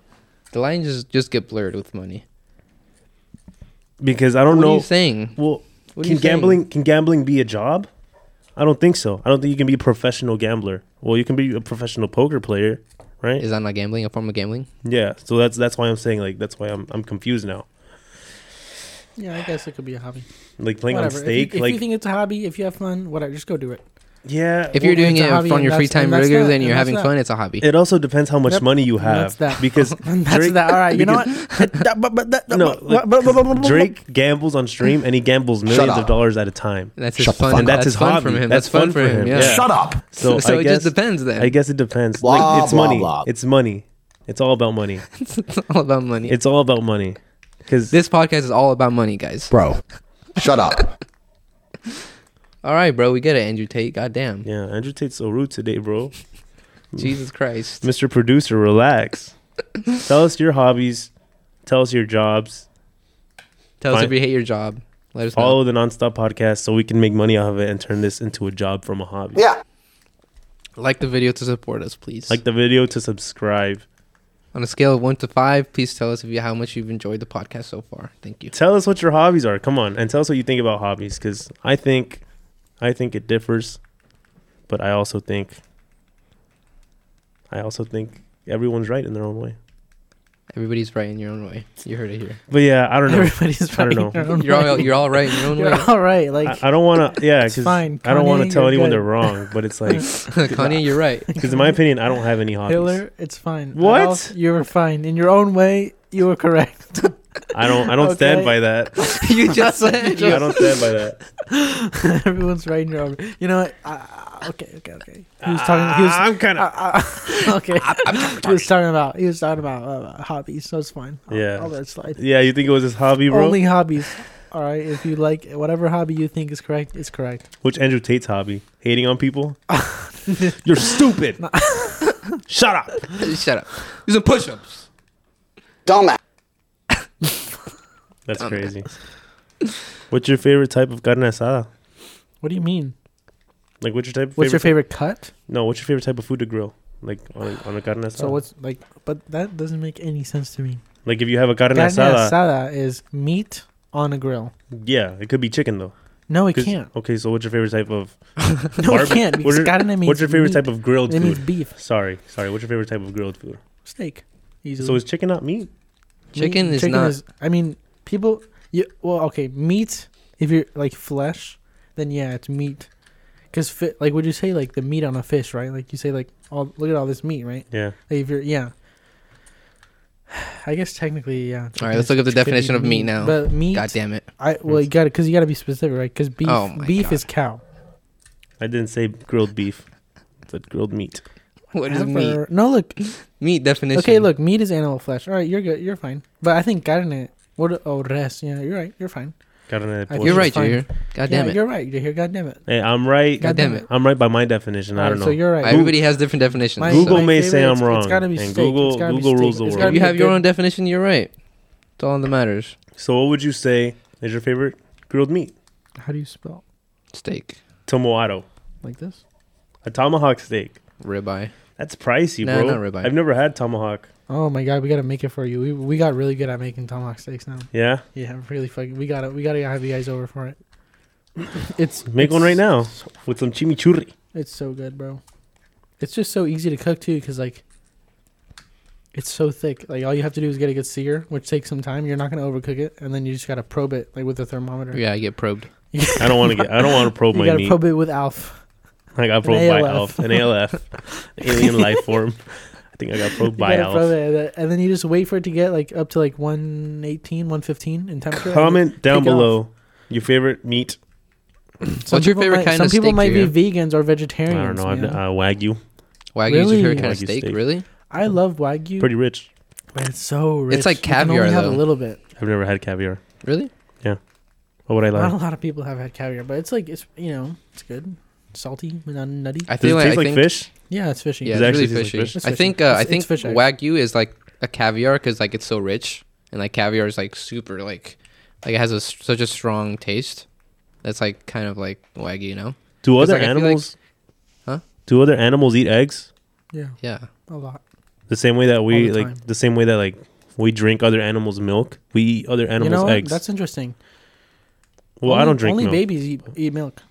The lines just just get blurred with money.
Because I don't
what are
know.
you saying?
Well,
What are
can
you saying?
gambling can gambling be a job? I don't think so. I don't think you can be a professional gambler. Well, you can be a professional poker player, right?
Is that not gambling? A form of gambling?
yeah. So that's that's why I'm saying like that's why I'm I'm confused now.
Yeah, I guess it could be a hobby.
Like playing
Whatever.
on
If you-
stake,
If you,
like
think it's a hobby, if you have fun, whatever, just go do it.
yeah.
If you're
well,
doing
it's a
it
hobby,
on
and
your free
that's-
time
and that's
regularly
that,
and
and
you're
that's
having
that.
fun, it's a hobby.
it also depends how much
Yep.
money you
And that's
have
that.
because
And that's
Drake-
that. All right, you know what?
no, like, 'cause Drake gambles on stream and he gambles millions of
up.
dollars at a time.
And that's his
Shut the
fun.
fuck up.
And that's
that's
his
fun
hobby.
from him.
That's
That's, fun, for him. Yeah.
Shut up.
So,
So
I
it
guess
just depends then.
I guess it depends.
Blah,
like it's
blah,
money.
blah.
It's money. It's all about money.
it's all about money.
It's all about money. Because
this podcast is all about money, guys.
Bro, shut up.
All right, bro. We get it, Andrew Tate. Goddamn.
Yeah, Andrew Tate's so rude today, bro.
Jesus Christ.
Mr. Producer, relax. Tell us your hobbies. Tell us your jobs.
Tell us
Fine.
if you hate your job. Let us know.
Follow the nonstop podcast so we can make money off of it and turn this into a job from a hobby.
Yeah.
Like the video to support us, please.
Like the video to subscribe.
On a scale of one to five, please tell us if you, how much you've enjoyed the podcast so far. Thank you.
Tell us what your hobbies are. Come on, and tell us what you think about hobbies because I think, I think it differs, but I also think, I also think everyone's right in their own way.
Everybody's right in your own way. You heard it here.
But yeah, I don't know.
Everybody's
I don't
right
know.
in their own
You're
way.
all you're all right in your own
You're
way.
all right. Like
I, I don't want to. Yeah,
It's
because
fine,
I don't want to
Kanye,
tell
you're
anyone
good.
they're wrong. But it's like
Kanye, you're right.
Because in my opinion, I don't have any hobbies.
Hitler, it's fine.
What?
Adolf, you were fine in your own way. You were correct.
I don't. I don't stand
Okay.
by that.
you just said.
I don't stand by that.
Everyone's riding your. arm. You know what? Ah, okay, okay, okay. He was talking. He was,
I'm kind of.
ah, ah, okay. he was talking about. He was talking about uh, hobbies. So it's fine. I'll,
Yeah.
I'll let it slide.
Yeah, you think it was his hobby, bro?
Ah. Only hobbies. All right. If you like whatever hobby you think is correct, is correct.
Which Andrew Tate's hobby? Hating on people? You're stupid. Shut up.
Shut up. Do some push-ups.
Dumbass.
That's crazy. What's your favorite type of carne asada?
What do you mean?
Like, what's your type? Of
What's your
favorite?
favorite cut?
no, what's your favorite type of food to grill? Like on a, on a carne asada.
So what's like? But that doesn't make any sense to me.
like if you have a carne,
Carne
asada,
asada is meat on a grill.
Yeah, it could be chicken though.
No, it
'Cause-
can't.
Okay, so what's your favorite type of?
No, it
Barbe-
can't. Because
What's your-
carne means
what's your favorite
meat.
type of grilled
It means
food?
beef,
Sorry, sorry. What's your favorite type of grilled food?
steak. Easily.
So is chicken not meat?
Chicken is not-
I mean, people. You, well, okay, meat. If you're like flesh, then yeah, it's meat. Cause fi- like, would you say like the meat on a fish, right? Like you say like, oh, look at all this meat, right?
Yeah.
Like if you're yeah. I guess technically, yeah.
All right, let's look up the
chicken is
definition of meat now.
But meat,
God damn it.
I well, you got to because you got to be specific, right? Because beef,
Oh my
beef
God.
is cow.
I didn't say grilled beef. I said grilled meat.
What is meat?
However- No, look,
Meat definition.
Okay, look, meat is animal flesh. All right, you're good. You're fine. But I think carne. What? Oh, res. Yeah, you're right. You're fine.
Carne de
I
pollo.
You're right,
fine.
Jair. God damn
yeah,
it.
You're right. You're here. God damn it.
Hey, I'm right.
God damn
damn
it.
I'm right by my definition. I
All
don't
right,
know.
So you're right.
Everybody has different definitions.
My-
Google
so.
my
may
favorite,
say I'm
it's-
wrong,
It's gotta be
and
steak.
Google-
it's gotta be
Google
steak.
rules the
It's
world.
gotta
If you
be
have your
good-
own definition, you're right. It's all that matters.
So what would you say is your favorite grilled meat?
How do you spell?
Steak,
Tomoato,
Like this?
a tomahawk steak.
ribeye.
That's pricey,
Nah,
bro.
not ribeye.
I've never had tomahawk.
Oh my god, we gotta make it for you. We we got really good at making tomahawk steaks now.
Yeah,
Yeah, really fucking. We gotta we gotta have you guys over for it. It's
make
it's-
one right now with some chimichurri.
It's so good, bro. It's just so easy to cook too, cause like, it's so thick. Like all you have to do is get a good sear, which takes some time. You're not gonna overcook it, and then you just gotta probe it like with a thermometer.
Yeah, I get probed.
I don't want to get. I don't want to probe
you
my
gotta
meat.
probe it with Alf.
I got probed by Alf,
ALF.
an ALF, an alien life form. I think I got probed
You
by
gotta
Alf.
probe it, and then you just wait for it to get like up to like 118, 115 in temperature.
Comment down
off.
below your favorite meat.
Some
What's your
people
favorite
might-
kind
Some
of
people
steak,
might
Jair?
be vegans or
I
vegetarians.
don't know. I've,
man.
uh, Wagyu,
Wagyu's really? your
Really?
favorite kind of
Wagyu
steak,
steak.
really?
I love wagyu,
pretty rich.
but it's so rich.
It's like
You can
caviar,
only have
though.
a little bit.
I've never had caviar.
Really?
What would I
Not
like?
a lot of people have had caviar, but it's like it's you know it's good, salty, but not nutty.
I
Does it
feel like
taste
I
like
think
fish?
yeah, it's fishy.
yeah,
Does
it's
it
really
actually taste
fishy.
like fish?
It's
I
fishy.
think uh,
It's-
I
it's
think
fish, actually.
wagyu is like a caviar because like it's so rich, and like caviar is like super like like it has a s such a strong taste. That's like kind of like wagyu, you know?
Do
It's
other
like, I feel like-
animals?
Huh?
Do other animals eat eggs?
Yeah,
Yeah.
a lot.
The same way that we
the
like
time.
the same way that like we drink other animals' milk, we eat other animals'
you know what?
eggs.
That's interesting.
well,
only,
I don't drink
Only
milk.
babies eat, eat milk.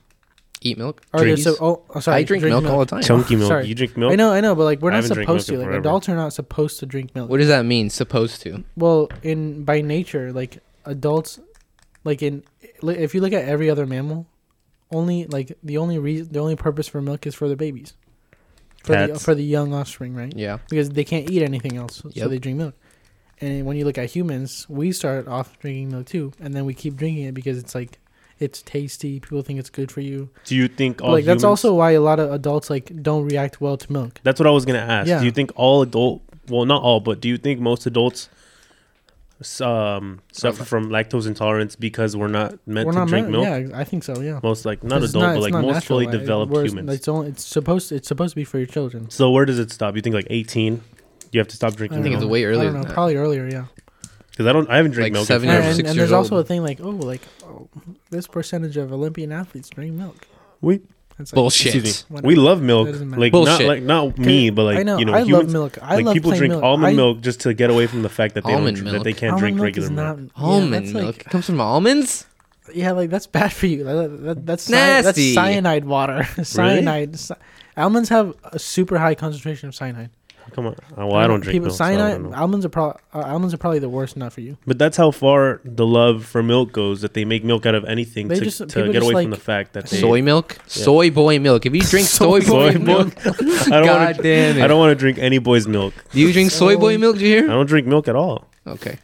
Eat milk.
Or
Drink-
so, oh, oh, sorry.
I drink, milk, all the time.
Chunky milk.
Sorry.
You drink milk.
I know, I know, but like we're
I
not
haven't drank milk
supposed to.
in
Like
forever.
adults are not supposed to drink milk.
What does that mean? Supposed to?
Well, in by nature, like adults, like in li- if you look at every other mammal, only like the only reason, the only purpose for milk is for the babies, for the
Cats.
for the young offspring, right?
Yeah.
because they can't eat anything else, so
Yep.
they drink milk. And when you look at humans, we start off drinking milk too, and then we keep drinking it because it's like it's tasty. People think it's good for you.
Do you think all
But, like that's
humans-
also why a lot of adults like don't react well to milk.
That's what I was gonna ask.
Yeah.
Do you think all adult? Well, not all, but do you think most adults um, suffer from lactose intolerance because we're not meant
We're
to
not
drink
mar-
milk?
Yeah, I think so. Yeah,
Most like not
'Cause it's
adult, but
it's
like most
natural,
fully
like,
developed
whereas
humans.
It's only it's supposed it's supposed to be for your children.
so where does it stop? You think like eighteen? You have to stop
I
drinking
I think
don't
it's
milk
know.
way
Um, I
earlier
don't know,
than that.
probably earlier. Yeah,
because I don't. I haven't drank
Like
milk.
seven
in
you're
and,
forever.
years.
and
six
there's
years
also
old.
a thing like oh like oh, this percentage of Olympian athletes drink milk.
We
That's like,
Bullshit.
excuse me.
whatever.
We love milk.
That doesn't matter.
Like
Bullshit.
not like not me, but like
I know.
you know
I love
humans.
milk. I
like
love
people
plain
drink
milk.
almond
I-
milk just to get away from the fact that they
Almond
don't
milk.
that they can't
almond
drink
milk
regular
is
milk.
Not, yeah,
Almond
that's
milk.
Like,
it comes from almonds?
yeah, like that's bad for you. That- that- that's cyan-
Nasty.
that's cyanide water. cyanide. Ci- almonds have a super high concentration of cyanide.
Come on. Oh, Well, I don't drink
people,
milk. so I don't
Cyanide.
know.
almonds are probably uh, almonds are probably the worst nut for you.
But that's how far the love for milk goes that they make milk out of anything
They
to,
just-
to
people
get
just
away from
like-
the fact that they
Soy milk? Soy boy milk. If you drink soy, boy, milk,
I don't
God
wanna,
damn it.
I don't want to drink any boy's milk.
do you drink soy
Soy-
boy milk,
I
Jahir?
don't drink milk at all.
Okay.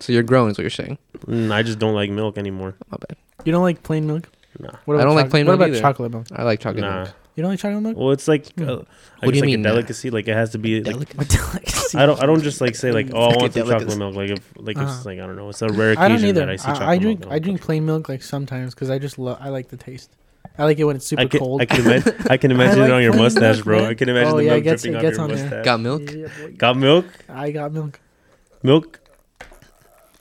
So you're grown, is what you're saying.
Mm, I just don't like milk anymore.
My bad.
You don't like plain milk?
Nah.
What
I don't like
chocolate-
plain
what
milk
about
either.
chocolate milk?
I like chocolate
Nah.
milk.
You don't like chocolate milk?
Well, it's like uh, I
What do you
guess like
mean,
a
nah?
delicacy. Like it has to be. Like,
A delicacy.
I don't. I don't just like say like, oh, I
Fucking
want some chocolate
delicacy.
milk. Like if like
Uh-huh.
it's like I don't know. It's a rare occasion
I don't either.
that I see
I,
chocolate
I drink
milk.
I drink plain milk like sometimes because I just love I like the taste. I like it when it's super
I can,
cold.
I can, imagine, I can imagine
like
it on your
plain
mustache,
milk,
bro.
man.
I can imagine
Oh,
the
yeah, it
milk
gets- it
dripping off
gets
your
on there.
mustache.
Got milk?
Yeah, boy.
Got milk?
I got milk.
Milk?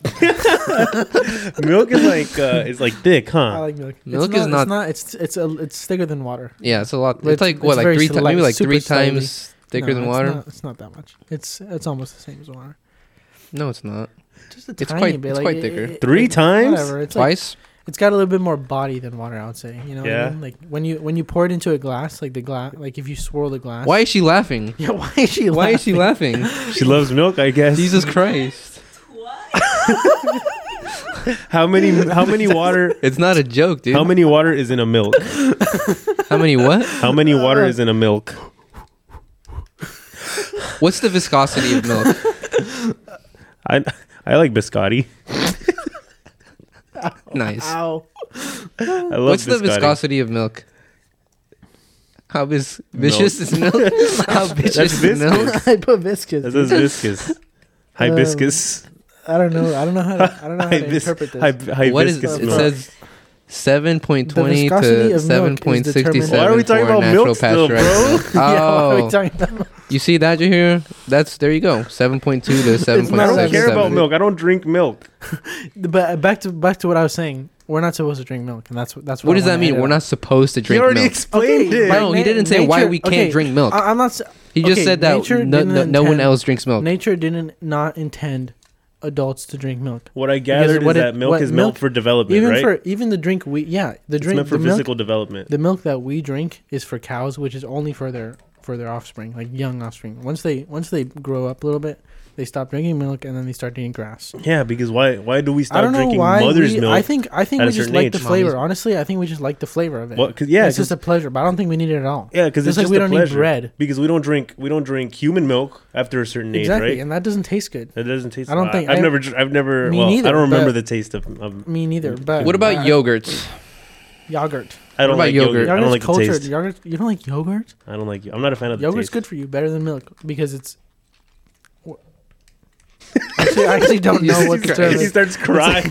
milk is like uh, it's like thick,
I
huh?
like milk.
Milk
it's
is
not,
not-
It's not. It's it's a, it's thicker than water.
Yeah, it's a lot. It's,
It's-
like
it's
what, like
very
three times,
slight-
maybe like
super
three
slightly.
times thicker
No,
than
it's
water.
not- it's not that much. It's it's almost the same as water.
No, it's not.
Just a
It's
tiny
quite-
bit.
it's
like,
quite
it-
thicker.
it-
Three
like,
times?
Whatever. It's like
Twice.
it's got a little bit more body than water. I would say. You know. what I
Yeah.
mean? Like when you when you pour it into a glass, like the glass, like if you swirl the glass.
Why is she laughing?
Yeah. Why is she?
Why is she
laughing?
laughing?
Oh,
She loves milk, I guess.
Jesus Christ!
How many how many water
It's not a joke, dude.
how many water is in a milk?
How many what?
How many water is in a milk?
What's the viscosity of milk?
I I like biscotti.
Nice.
Ow.
I love
What's
biscotti.
the viscosity of milk? How vis- vicious is milk? How vicious is milk?
viscous.
I put viscous.
That says viscous. Hibiscus.
I don't know. I don't know how to, I don't know how to
Hibis-
interpret this.
hib- hibiscus
What is it?
milk.
Says seven point twenty to
viscosity of
seven
milk is
point sixty
determined-
seven.
Why are we talking about milk still, bro?
yeah, what are we
Oh,
talking about?
you see that you hear? That's there. You go. Seven point two to seven point
I
not
don't care about
seven.
milk. I don't drink milk.
But uh, back to back to what I was saying. We're not supposed to drink milk, and that's what that's what.
What
I
does that
wanna
mean?
edit
We're
out.
not supposed to
You
drink
already
milk.
explained
Okay,
it. uh,
but
No, he
na-
didn't say why
nature-
we can't
okay,
drink milk.
I, am not. s-
He just
okay,
said that
nature
no,
didn't
no, no one
intend-
else drinks milk.
Nature didn't not intend adults to drink milk.
What I gathered
what
is
it-
that milk
what
is milk
milk-
for development,
Even
right?
for even the drink we yeah the
it's
drink
meant for
the milk
physical development.
the milk that we drink is for cows, which is only for their for their offspring, like young offspring. Once they once they grow up a little bit, they stop drinking milk and then they start eating grass.
Yeah, because why why do we
I
stop
don't know
drinking
why.
mother's
we,
milk?
I think I think
at a
we just
certain
like
age?
the flavor. Honestly, I think we just like the flavor of it.
What- 'cause- yeah,
it's just a pleasure, but I don't think we need it at all.
yeah, because it's
just like
just
we
a
don't
pleasure.
eat bread.
Because we don't drink we don't drink human milk after a certain
Exactly,
age, right?
and that doesn't taste good.
That doesn't taste.
I don't think-
I've
I-
never. dr- I've never.
Me
Well,
neither,
I don't remember
but-
the taste of. of
Me neither. But
What
uh,
about yogurts?
yogurt?
I
What
don't
about
like yogurt.
yogurt?
Yogurt's
I don't like the
cultured.
taste.
Yogurt. You don't like yogurt?
I don't like. I'm not a fan of the
Yogurt's
taste.
good for you, better than milk because it's. Actually, I actually don't know
Jesus
what the term
Christ.
He
is.
starts crying.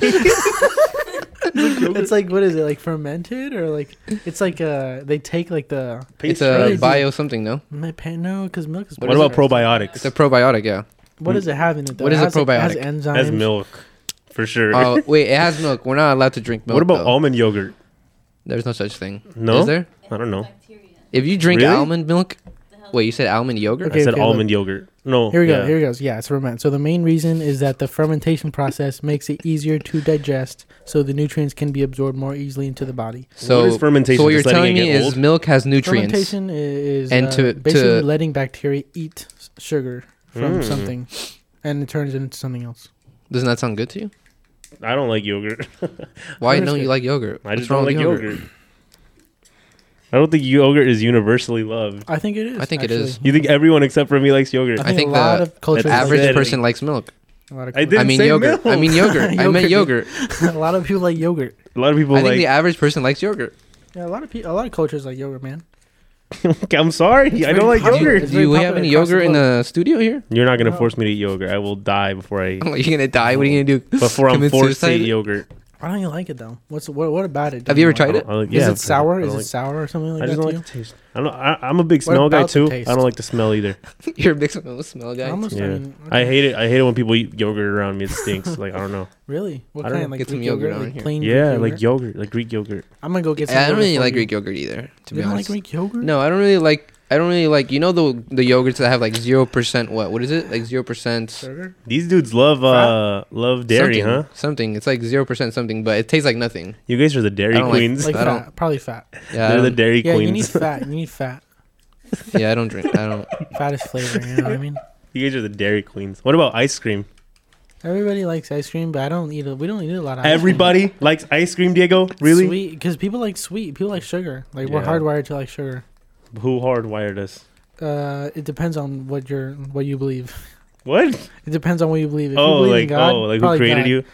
It's like what is it like fermented or like it's like uh they take like the
It's
What
a
is
bio something, no?
my pan no because milk is
What about
It's
probiotics?
a probiotic, yeah.
what does it have in it though?
What is
it
a
has, like, it has
probiotic?
enzymes.
As milk, for sure.
Oh wait, it has milk. We're not allowed to drink milk.
what about
though.
almond yogurt?
There's no such thing.
No?
Is there?
I don't know.
If you drink
Really?
almond milk, wait, you said almond yogurt?
Okay,
I said
okay, look.
almond yogurt. No.
Here we
yeah.
go. Here it goes. Yeah, it's ferment. So the main reason is that the fermentation process makes it easier to digest, so the nutrients can be absorbed more easily into the body.
So,
What is fermentation?
so what you're
Just letting
telling
it
me
get
is
old?
milk has nutrients.
Fermentation i- is
And
uh,
to-
basically
to-
letting bacteria eat s- sugar from
Mm.
something, and it turns it into something else.
Doesn't that sound good to you?
I don't like yogurt.
Why
Understood.
don't you like yogurt?
I just
wrong
don't like
with
yogurt. I don't think yogurt is universally loved.
I think it is.
I think it
actually.
is.
You think everyone except for me likes yogurt?
I think
a lot
the
of cultures.
Average
That's it.
person likes milk.
A lot of
I
cultures-
I
Didn't
mean
say
yogurt. I
milk.
mean yogurt. I meant yogurt.
Yogurt. a lot of people like yogurt.
A lot of people
I think
like.
the average person likes yogurt.
Yeah, a lot of people. A lot of cultures like yogurt, man.
I'm sorry. I don't like
Do you,
yogurt.
It's
do
very
you have
popular
any
across the
yogurt in
globe.
the studio here?
You're not gonna
No.
force me to eat yogurt. I will die before I
You're gonna die. What are you gonna do?
before I'm
Commit
forced to
suicide?
eat yogurt.
Why don't you like it though? What's what? What about it?
Have you ever
don't
tried
like
it?
I don't-
Is
yeah,
it sour?
I
Is
don't
it sour or something like
I
that?
just
to
don't
you?
like the taste. I don't. I, I'm a big smell guy
about the
too. I
taste?
don't like the smell either.
You're a big smell, smell guy.
Almost, I,
Yeah.
mean,
I hate it. I hate it when people eat yogurt around me. It stinks. like I don't know.
Really? What
I don't
kind? Like
Get some
Greek
yogurt
yogurt?
on
like
here.
plain
Yeah,
Greek
like
yogurt?
yogurt, like Greek yogurt.
I'm gonna go get some.
I don't
yogurt
really
for
like
you.
Greek yogurt either, to
you
be
don't
honest.
like Greek yogurt?
No, I don't really like. I don't really like. You know the the yogurts that have like zero percent. What? What is it? Like zero percent.
Burger?
These dudes love uh love dairy,
something,
huh?
Something. It's like zero percent something, but it tastes like nothing.
You guys are the dairy
I don't like-
queens.
Like
I don't-
fat? Probably fat.
Yeah. I
They're the
don't,
dairy
Yeah,
queens.
you need fat. You need fat.
yeah. I don't drink. I don't.
Fat is flavoring. You know what I mean?
You guys are the dairy queens. What about ice cream?
Everybody likes ice cream, but I don't eat it. We don't eat a lot of. ice cream.
Everybody likes ice cream, Diego. Really?
Sweet, because people like sweet. People like sugar. Like we're
Yeah.
hardwired to like sugar.
Who hardwired us?
Uh, it depends on what you're, what you believe.
What?
It depends on what you believe. If
Oh,
you believe
like
in God,
oh, like who
probably
created
God.
you?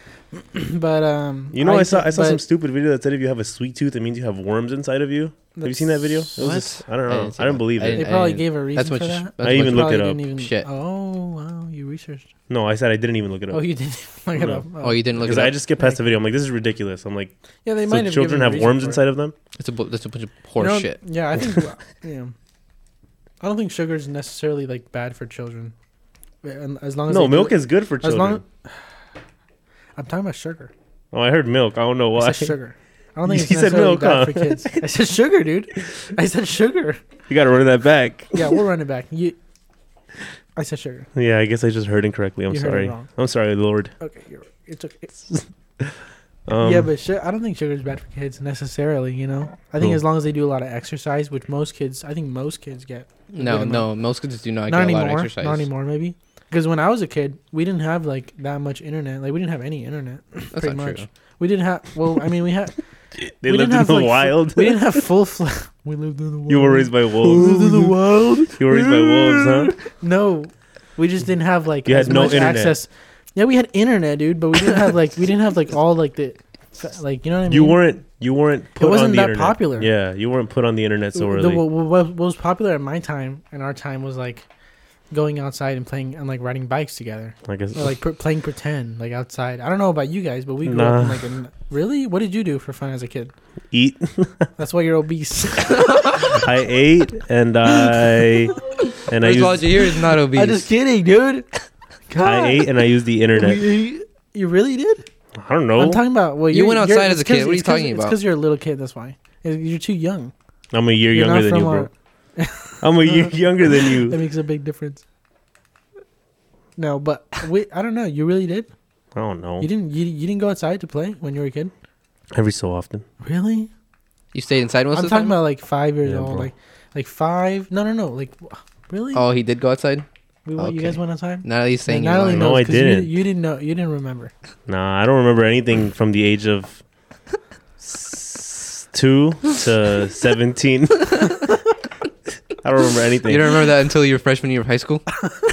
But um,
You know, I, saw I saw
but-
some stupid video that said if you have a sweet tooth, it means you have worms inside of you. Have you seen that video? It was
What?
just- I don't know.
I
I,
didn't see
didn't
that.
believe
I
it.
didn't-
They probably gave a reason
That's
for
what you.
that.
That's
I
what
even
you-
looked it
Probably
up.
didn't even-
Shit.
Oh wow, you researched.
No, I said I didn't even look it
Oh,
up
you didn't look it
No.
up.
Oh, you didn't look.
because
It up.
I just skipped past the video. I'm like, this is ridiculous. I'm like,
yeah, they might
so
have.
children
given a
have
reason
worms
for it.
inside of them.
It's a bu- that's a bunch of
You
horse
know,
shit.
Yeah, I think. yeah, I don't think sugar is necessarily like bad for children, And as long as
No,
they do
milk
it-
is good for
as
children.
long. I'm talking about sugar.
oh, I heard milk. I don't know
I
why.
said sugar. I don't think
You
it's
said
necessarily
milk,
bad
huh?
for kids. I said sugar, dude. I said sugar.
you got to run that back.
Yeah, we'll run it back. You. I said sugar.
Yeah, I guess I just heard incorrectly. I'm
You heard it
sorry.
wrong.
I'm sorry, Lord.
Okay, you're, right. it's okay.
Um,
yeah, but su- I don't think sugar is bad for kids necessarily. You know, I think
Cool.
as long as they do a lot of exercise, which most kids, I think most kids get.
No,
Good
no, most kids do not,
not
get a lot
anymore.
of exercise.
Not anymore, maybe. Because when I was a kid, we didn't have like that much internet. Like we didn't have any internet.
That's
pretty
not
much.
true.
We didn't have. Well, I mean, we had.
they
we
lived
didn't
in
have,
the
like, fu-
wild.
We didn't have full. Fl- we lived in the wild.
you were raised by
We
wolves.
lived in the wild.
You were raised by wolves, huh?
No, we just didn't have like
You had
as
no
much
internet.
access. Yeah, we had internet, dude, but we didn't have like we didn't have like all like the like you know what I mean.
You weren't. You weren't put
wasn't
on the
that
internet.
popular.
Yeah, you weren't put on the internet so
The,
early.
what, what- what was popular at my time and our time was like going outside and playing and like riding bikes together
I guess.
or like pr- playing pretend like outside. I don't know about you guys, but we grew up in
Nah.
like a n really. What did you do for fun as a kid?
eat.
That's why you're obese.
I ate and I and I
First of all,
used,
Jahir is not obese.
I'm just kidding, dude. God.
I ate and I used the internet.
You- You really did?
I don't know.
I'm talking about well,
You
you're-
went
you're-
outside as a
it's
kid. What
'cause-
are you
it's 'cause-
talking
It's
about?
because you're a little kid. That's why you're too young.
I'm a year
You're
younger
not
than you,
from
bro.
our-
I'm a year younger than
That
you.
makes a big difference. No, but we, I don't know. You really did?
I don't know.
You didn't? You, you didn't go outside to play when you were a kid?
Every so often.
Really?
you stayed inside most
I'm
of the
talking
time.
about like five years
Yeah,
old,
bro.
like like five. No, no, no. Like wha- really?
oh, he did go outside.
we went, You
okay.
guys went outside?
Natalie's
And
saying you're
Natalie
lying.
No, I
'cause you-
didn't.
You, didn't know. You didn't remember.
Nah, I don't remember anything from the age of s- two to seventeen. I don't remember anything.
You don't remember that until your freshman year of high school.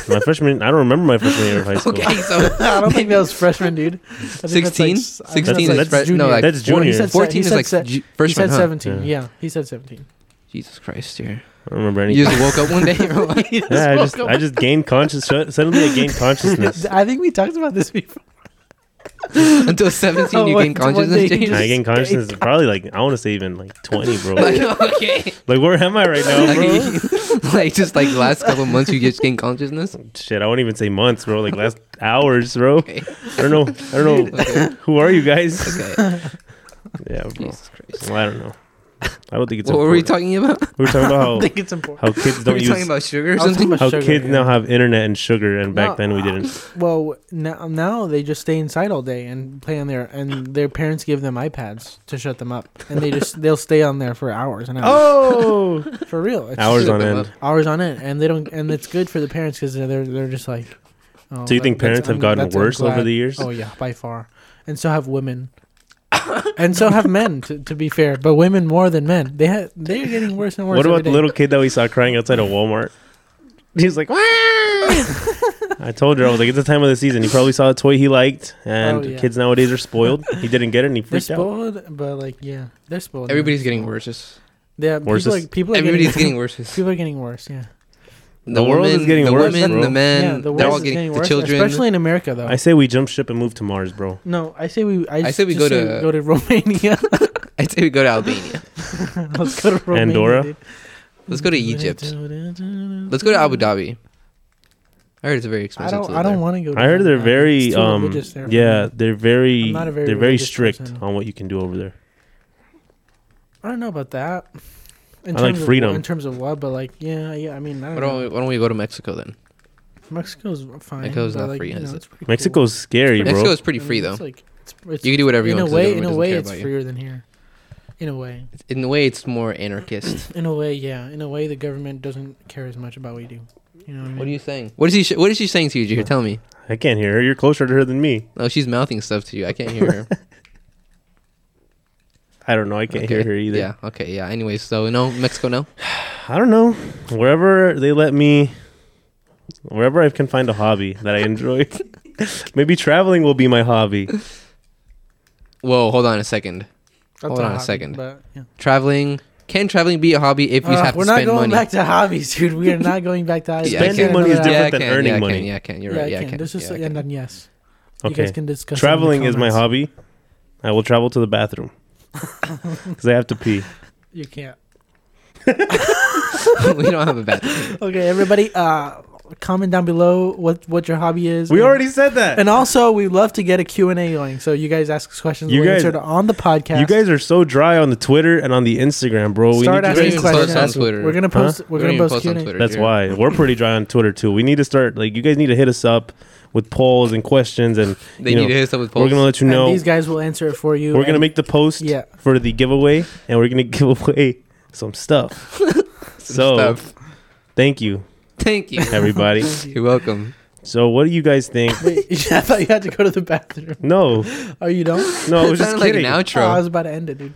my freshman. I don't remember my freshman year of high school.
okay, so
I don't think that was freshman, dude. I think that's,
16?
like, s- I think
16
is
that's, like,
fresh-
no,
junior.
like,
That's
Well, he
junior.
said se-
fourteen
he
is
said
like
se-
ju-
he
first
said
one, huh?
17. Yeah. he said 17.
Jesus Christ, here.
I don't remember
You
anything.
just woke up one day. and were like,
Yeah, I just I just gained conscious. Suddenly, I gained consciousness.
I think we talked about this before.
until seventeen, you
Oh,
gain
it's one day
consciousness.
you
James?
I gained consciousness probably like I want to say even like twenty, bro.
like
Like
okay,
where am I right now, bro?
like, like, just like last couple months, you just gain consciousness.
Shit, I won't even say months, bro. Like last hours, bro.
Okay.
I don't know. I don't know.
Okay.
Who are you guys?
okay.
Yeah, bro.
Jesus Christ.
I don't know. I don't think it's.
What were we
important.
talking about?
We were talking about
I think it's important.
how, how kids
Were
don't
we talking
use
about sugar or
I was
something?
talking about
Oh. how
sugar,
kids
yeah.
now have internet and sugar, and back
No.
then we didn't.
Well, now now they just stay inside all day and play on their and their parents give them iPads to shut them up, and they just they'll stay on there for hours and hours
Oh,
for real. It's
hours
just-
on end.
hours on end, and they don't and it's good for the parents because they're they're just like. Oh,
Do you think
that's
parents have
un-
gotten
that's un-
worse over
glad-
the years?
Oh yeah, by far, and so have women, and so have men. To, to be fair, but women more than men. They ha- they're getting worse and worse.
What
every
about the
day.
little kid that we saw crying outside of Walmart? He was like, "Wah!" I told her, I was like, it's the time of the season. He probably saw a toy he liked, and
Oh, yeah.
kids nowadays are spoiled. He didn't get it, and he
They're
freaked out.
spoiled, but like yeah, they're spoiled. now.
Everybody's getting worse.
Yeah,
Worse
people
is-
are, people are
Everybody's
getting,
getting worse.
people are getting worse. Yeah,
The,
The world is
women,
getting
the
worse,
women,
bro.
the men,
yeah, the
they're
world
all
is
getting,
getting
the
worse,
children.
especially in America though.
I say we jump ship and move to Mars, bro.
no, I say we. I,
I say we go
just say
to-
go to Romania.
I'd say we go to Albania.
Let's go to Romania.
Andorra?
dude.
Let's go to Egypt. Let's go to Abu Dhabi. I heard it's very
I
expensive.
don't.
to live
I don't
there.
want to go. to
I heard
Abu
they're
Dhabi.
very,
It's too
um,
religious there for
yeah,
me.
they're very,
I'm not a very
they're very
religious
strict
person.
on what you can do over there.
I don't know about that. In
I like
terms
freedom.
Of, in terms of what, but like, yeah, yeah. I mean, I
Why
don't
don't,
know.
we, why don't we go to Mexico then?
Mexico's fine.
Mexico's
but,
not
like,
free,
you
is
know,
it?
it's pretty cool.
Mexico's scary, bro.
Mexico is
I
pretty
mean,
free though.
It's like, it's, it's,
you can do whatever you
in a
want. 'cause the
way, in
government
a
doesn't
way,
care
it's
about you.
freer than here. In a way,
In a way, it's more anarchist.
in a way, yeah. In a way, the government doesn't care as much about what you do. You know what I mean?
what are you saying? What is he? Sh- what is she saying to you, Jahir? Tell me.
I can't hear her. You're closer to her than me.
No, she's mouthing stuff to you. I can't hear her.
I don't know. I can't hear her either.
Yeah. Okay. Yeah. Anyways, so no Mexico. No.
I don't know. Wherever they let me Wherever I can find a hobby that I enjoy, maybe traveling will be my hobby.
Whoa, hold on a second.
That's
Hold on a
hobby,
second.
But, yeah.
Traveling can traveling be a hobby if you
Uh,
have
we're
to
not
spend
going
money?
back to hobbies, dude. We are not going back to hobbies.
Yeah, I
Spending
can.
money is
Yeah,
different
I
than
can,
earning
yeah, I
money.
Can, yeah, I can. You're
yeah,
right.
I
Yeah, I
can.
can.
This is
yeah, I
and
can.
then yes, you
Okay,
guys can discuss. it in the
traveling is my
comments.
hobby. I will travel to the bathroom because I have to pee.
You can't.
we don't have a bathroom.
Okay, everybody, uh, comment down below what what your hobby is.
We
And-
already said that.
And also, we love to get a Q and A going. So you guys ask us questions,
You
we'll
guys-
answer it on the podcast.
You guys are so dry on the Twitter and on the Instagram, bro. We
start
need
don't
to
even
asking
post
questions.
on Twitter.
We're gonna post. We're
We
gonna
don't even
post
post
Q
on
and A.
Twitter.
That's
Jared.
why we're pretty dry on Twitter too. We need to start like you guys need to hit us up with polls and questions, and
They
you
need
know,
to hit us up with
we're
polls.
gonna let you
And
know.
these guys will answer it for you.
We're gonna
and-
make the post
Yeah.
for the giveaway, and we're gonna give away some stuff. so
stuff.
thank you,
Thank you.
everybody.
You're welcome.
so what do you guys think?
Wait, I thought you had to go to the bathroom.
No,
Oh, you don't?
no, I was
That
just
sounded like
kidding.
an
Oh, I
outro.
was about to end it, dude.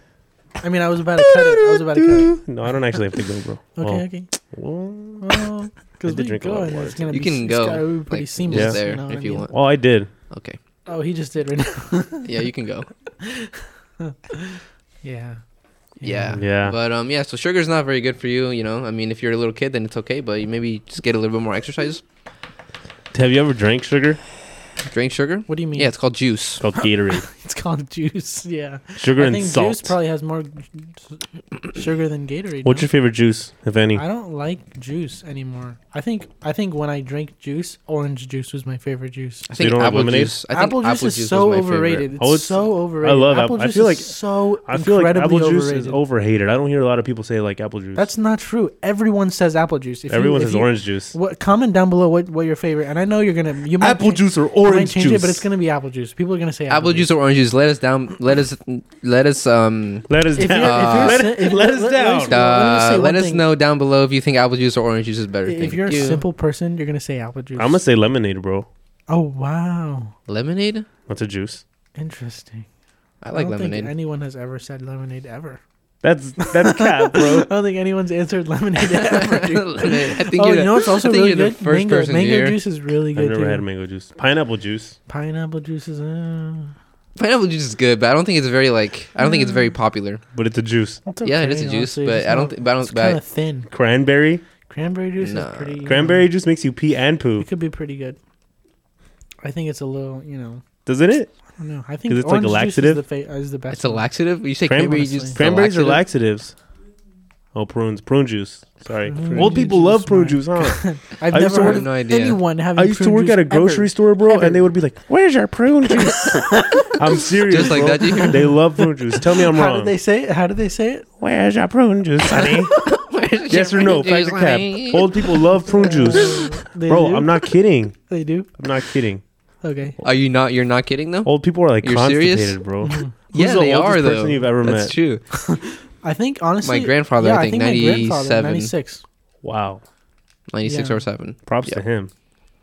I mean, I was about to cut it. I was about to cut it.
no, I don't actually have to go, bro.
Okay, okay.
Well,
Well, because
I did
we
drink a
go
lot of
and
water,
it's gonna
You
be,
can
it's
go,
gotta be pretty
like,
seamless.
just
there
what
if
I
you
mean?
want.
well, I did.
Okay.
Oh, he just did right now.
Yeah, you can go.
Yeah.
Yeah.
Yeah.
But um, yeah. So sugar's not very good for you. You know, I mean, if you're a little kid, then it's okay. But you maybe just get a little bit more exercise.
Have you ever drank sugar?
Drink sugar.
What do you mean?
Yeah, it's called juice.
It's called Gatorade.
It's called juice. Yeah.
Sugar
I
and
think
salt.
juice probably has more sugar than Gatorade.
What's
no?
your favorite juice, if any?
I don't like juice anymore. I think I think when I drank juice, orange juice was my favorite juice.
I
So you
think
don't like
apple
lemonade?
juice. I think
apple juice is
was
so
my favorite.
overrated. It's,
Oh, it's-
so overrated.
love
apple
apple- I
juice.
feel
is
like-
so
I feel like
incredibly
apple juice
overrated.
is overhated. I don't hear a lot of people say like apple juice.
That's not true. Everyone says apple juice. If you-
everyone
if
says
you-
orange juice.
What comment down below what what your favorite? And I know you're gonna you might
Apple
cha-
juice or
you might
orange
change
juice.
it, but it's gonna be apple juice. People are gonna say
Apple juice or orange juice. Let us down. Let us. Let us. Um.
let us
If
down.
you're- if you're
let,
si- if
let
you're-
us
let-
down.
let me just say
uh,
one
let us
thing.
know down below if you think apple juice or orange juice is better.
If
Thank
you're a
you.
simple person, you're gonna say apple juice.
I'm gonna say lemonade, bro.
oh wow,
lemonade.
That's a juice.
interesting.
I like
don't
lemonade.
Think anyone has ever said lemonade ever.
That's that's cap, bro.
I don't think anyone's answered lemonade ever. Dude.
I think you're
oh, you
the-
know what's also
I think
really
you're the
good?
first
mango
person
mango
here.
juice is really
I've
good.
never
too.
had mango juice. Pineapple juice.
Pineapple juice is. Uh,
pineapple juice is good, but I don't think it's very like. I don't think it's very popular.
But it's a juice.
Mm. it's
Yeah, it is
okay,
a juice,
honestly.
but
It's
I don't.
not-
thi- But I
It's
don't.
kind
But
of thin.
Cranberry.
Cranberry juice
Nah.
is pretty.
Cranberry juice makes you pee and
It
poop,
could be pretty good. I think it's a little, you know,
doesn't it?
I don't know. I think
'Cause
orange
it's like a
juice is the,
laxative?
fa- uh, is the best.
it's a
one.
laxative. You say
Cran-
cranberry
honestly.
juice. is a
Cranberries are
laxative?
laxatives. Oh, prunes. Prune juice. Sorry.
Prune
Old
juice
people
is
love prune
smart.
juice, huh?
I've
I used
never
to
heard
work-
of
No idea.
anyone having.
I used to
prune
work
juice
at a
ever.
grocery store, bro,
Ever.
and they would be like, "Where's your prune juice?" I'm serious.
Just like
bro.
that, you hear?
They love prune juice. Tell me I'm
How
wrong.
did they say it? How did they say it?
Where's your prune juice, honey? yes or no? Fact or cap?
cap.
Old people love prune juice,
They
bro.
do?
I'm not kidding.
They do.
I'm not kidding.
Okay.
Are you not? You're not kidding though.
Old people are like
You're
constipated,
serious?
bro.
Mm-hmm.
Who's
yeah,
the
they
oldest
are though.
Person you've ever
That's
met?
true.
I think honestly,
My grandfather,
yeah,
I think,
my grandfather,
97.
96.
Wow.
Ninety-six
Yeah.
or seven.
Props
Yeah.
to him.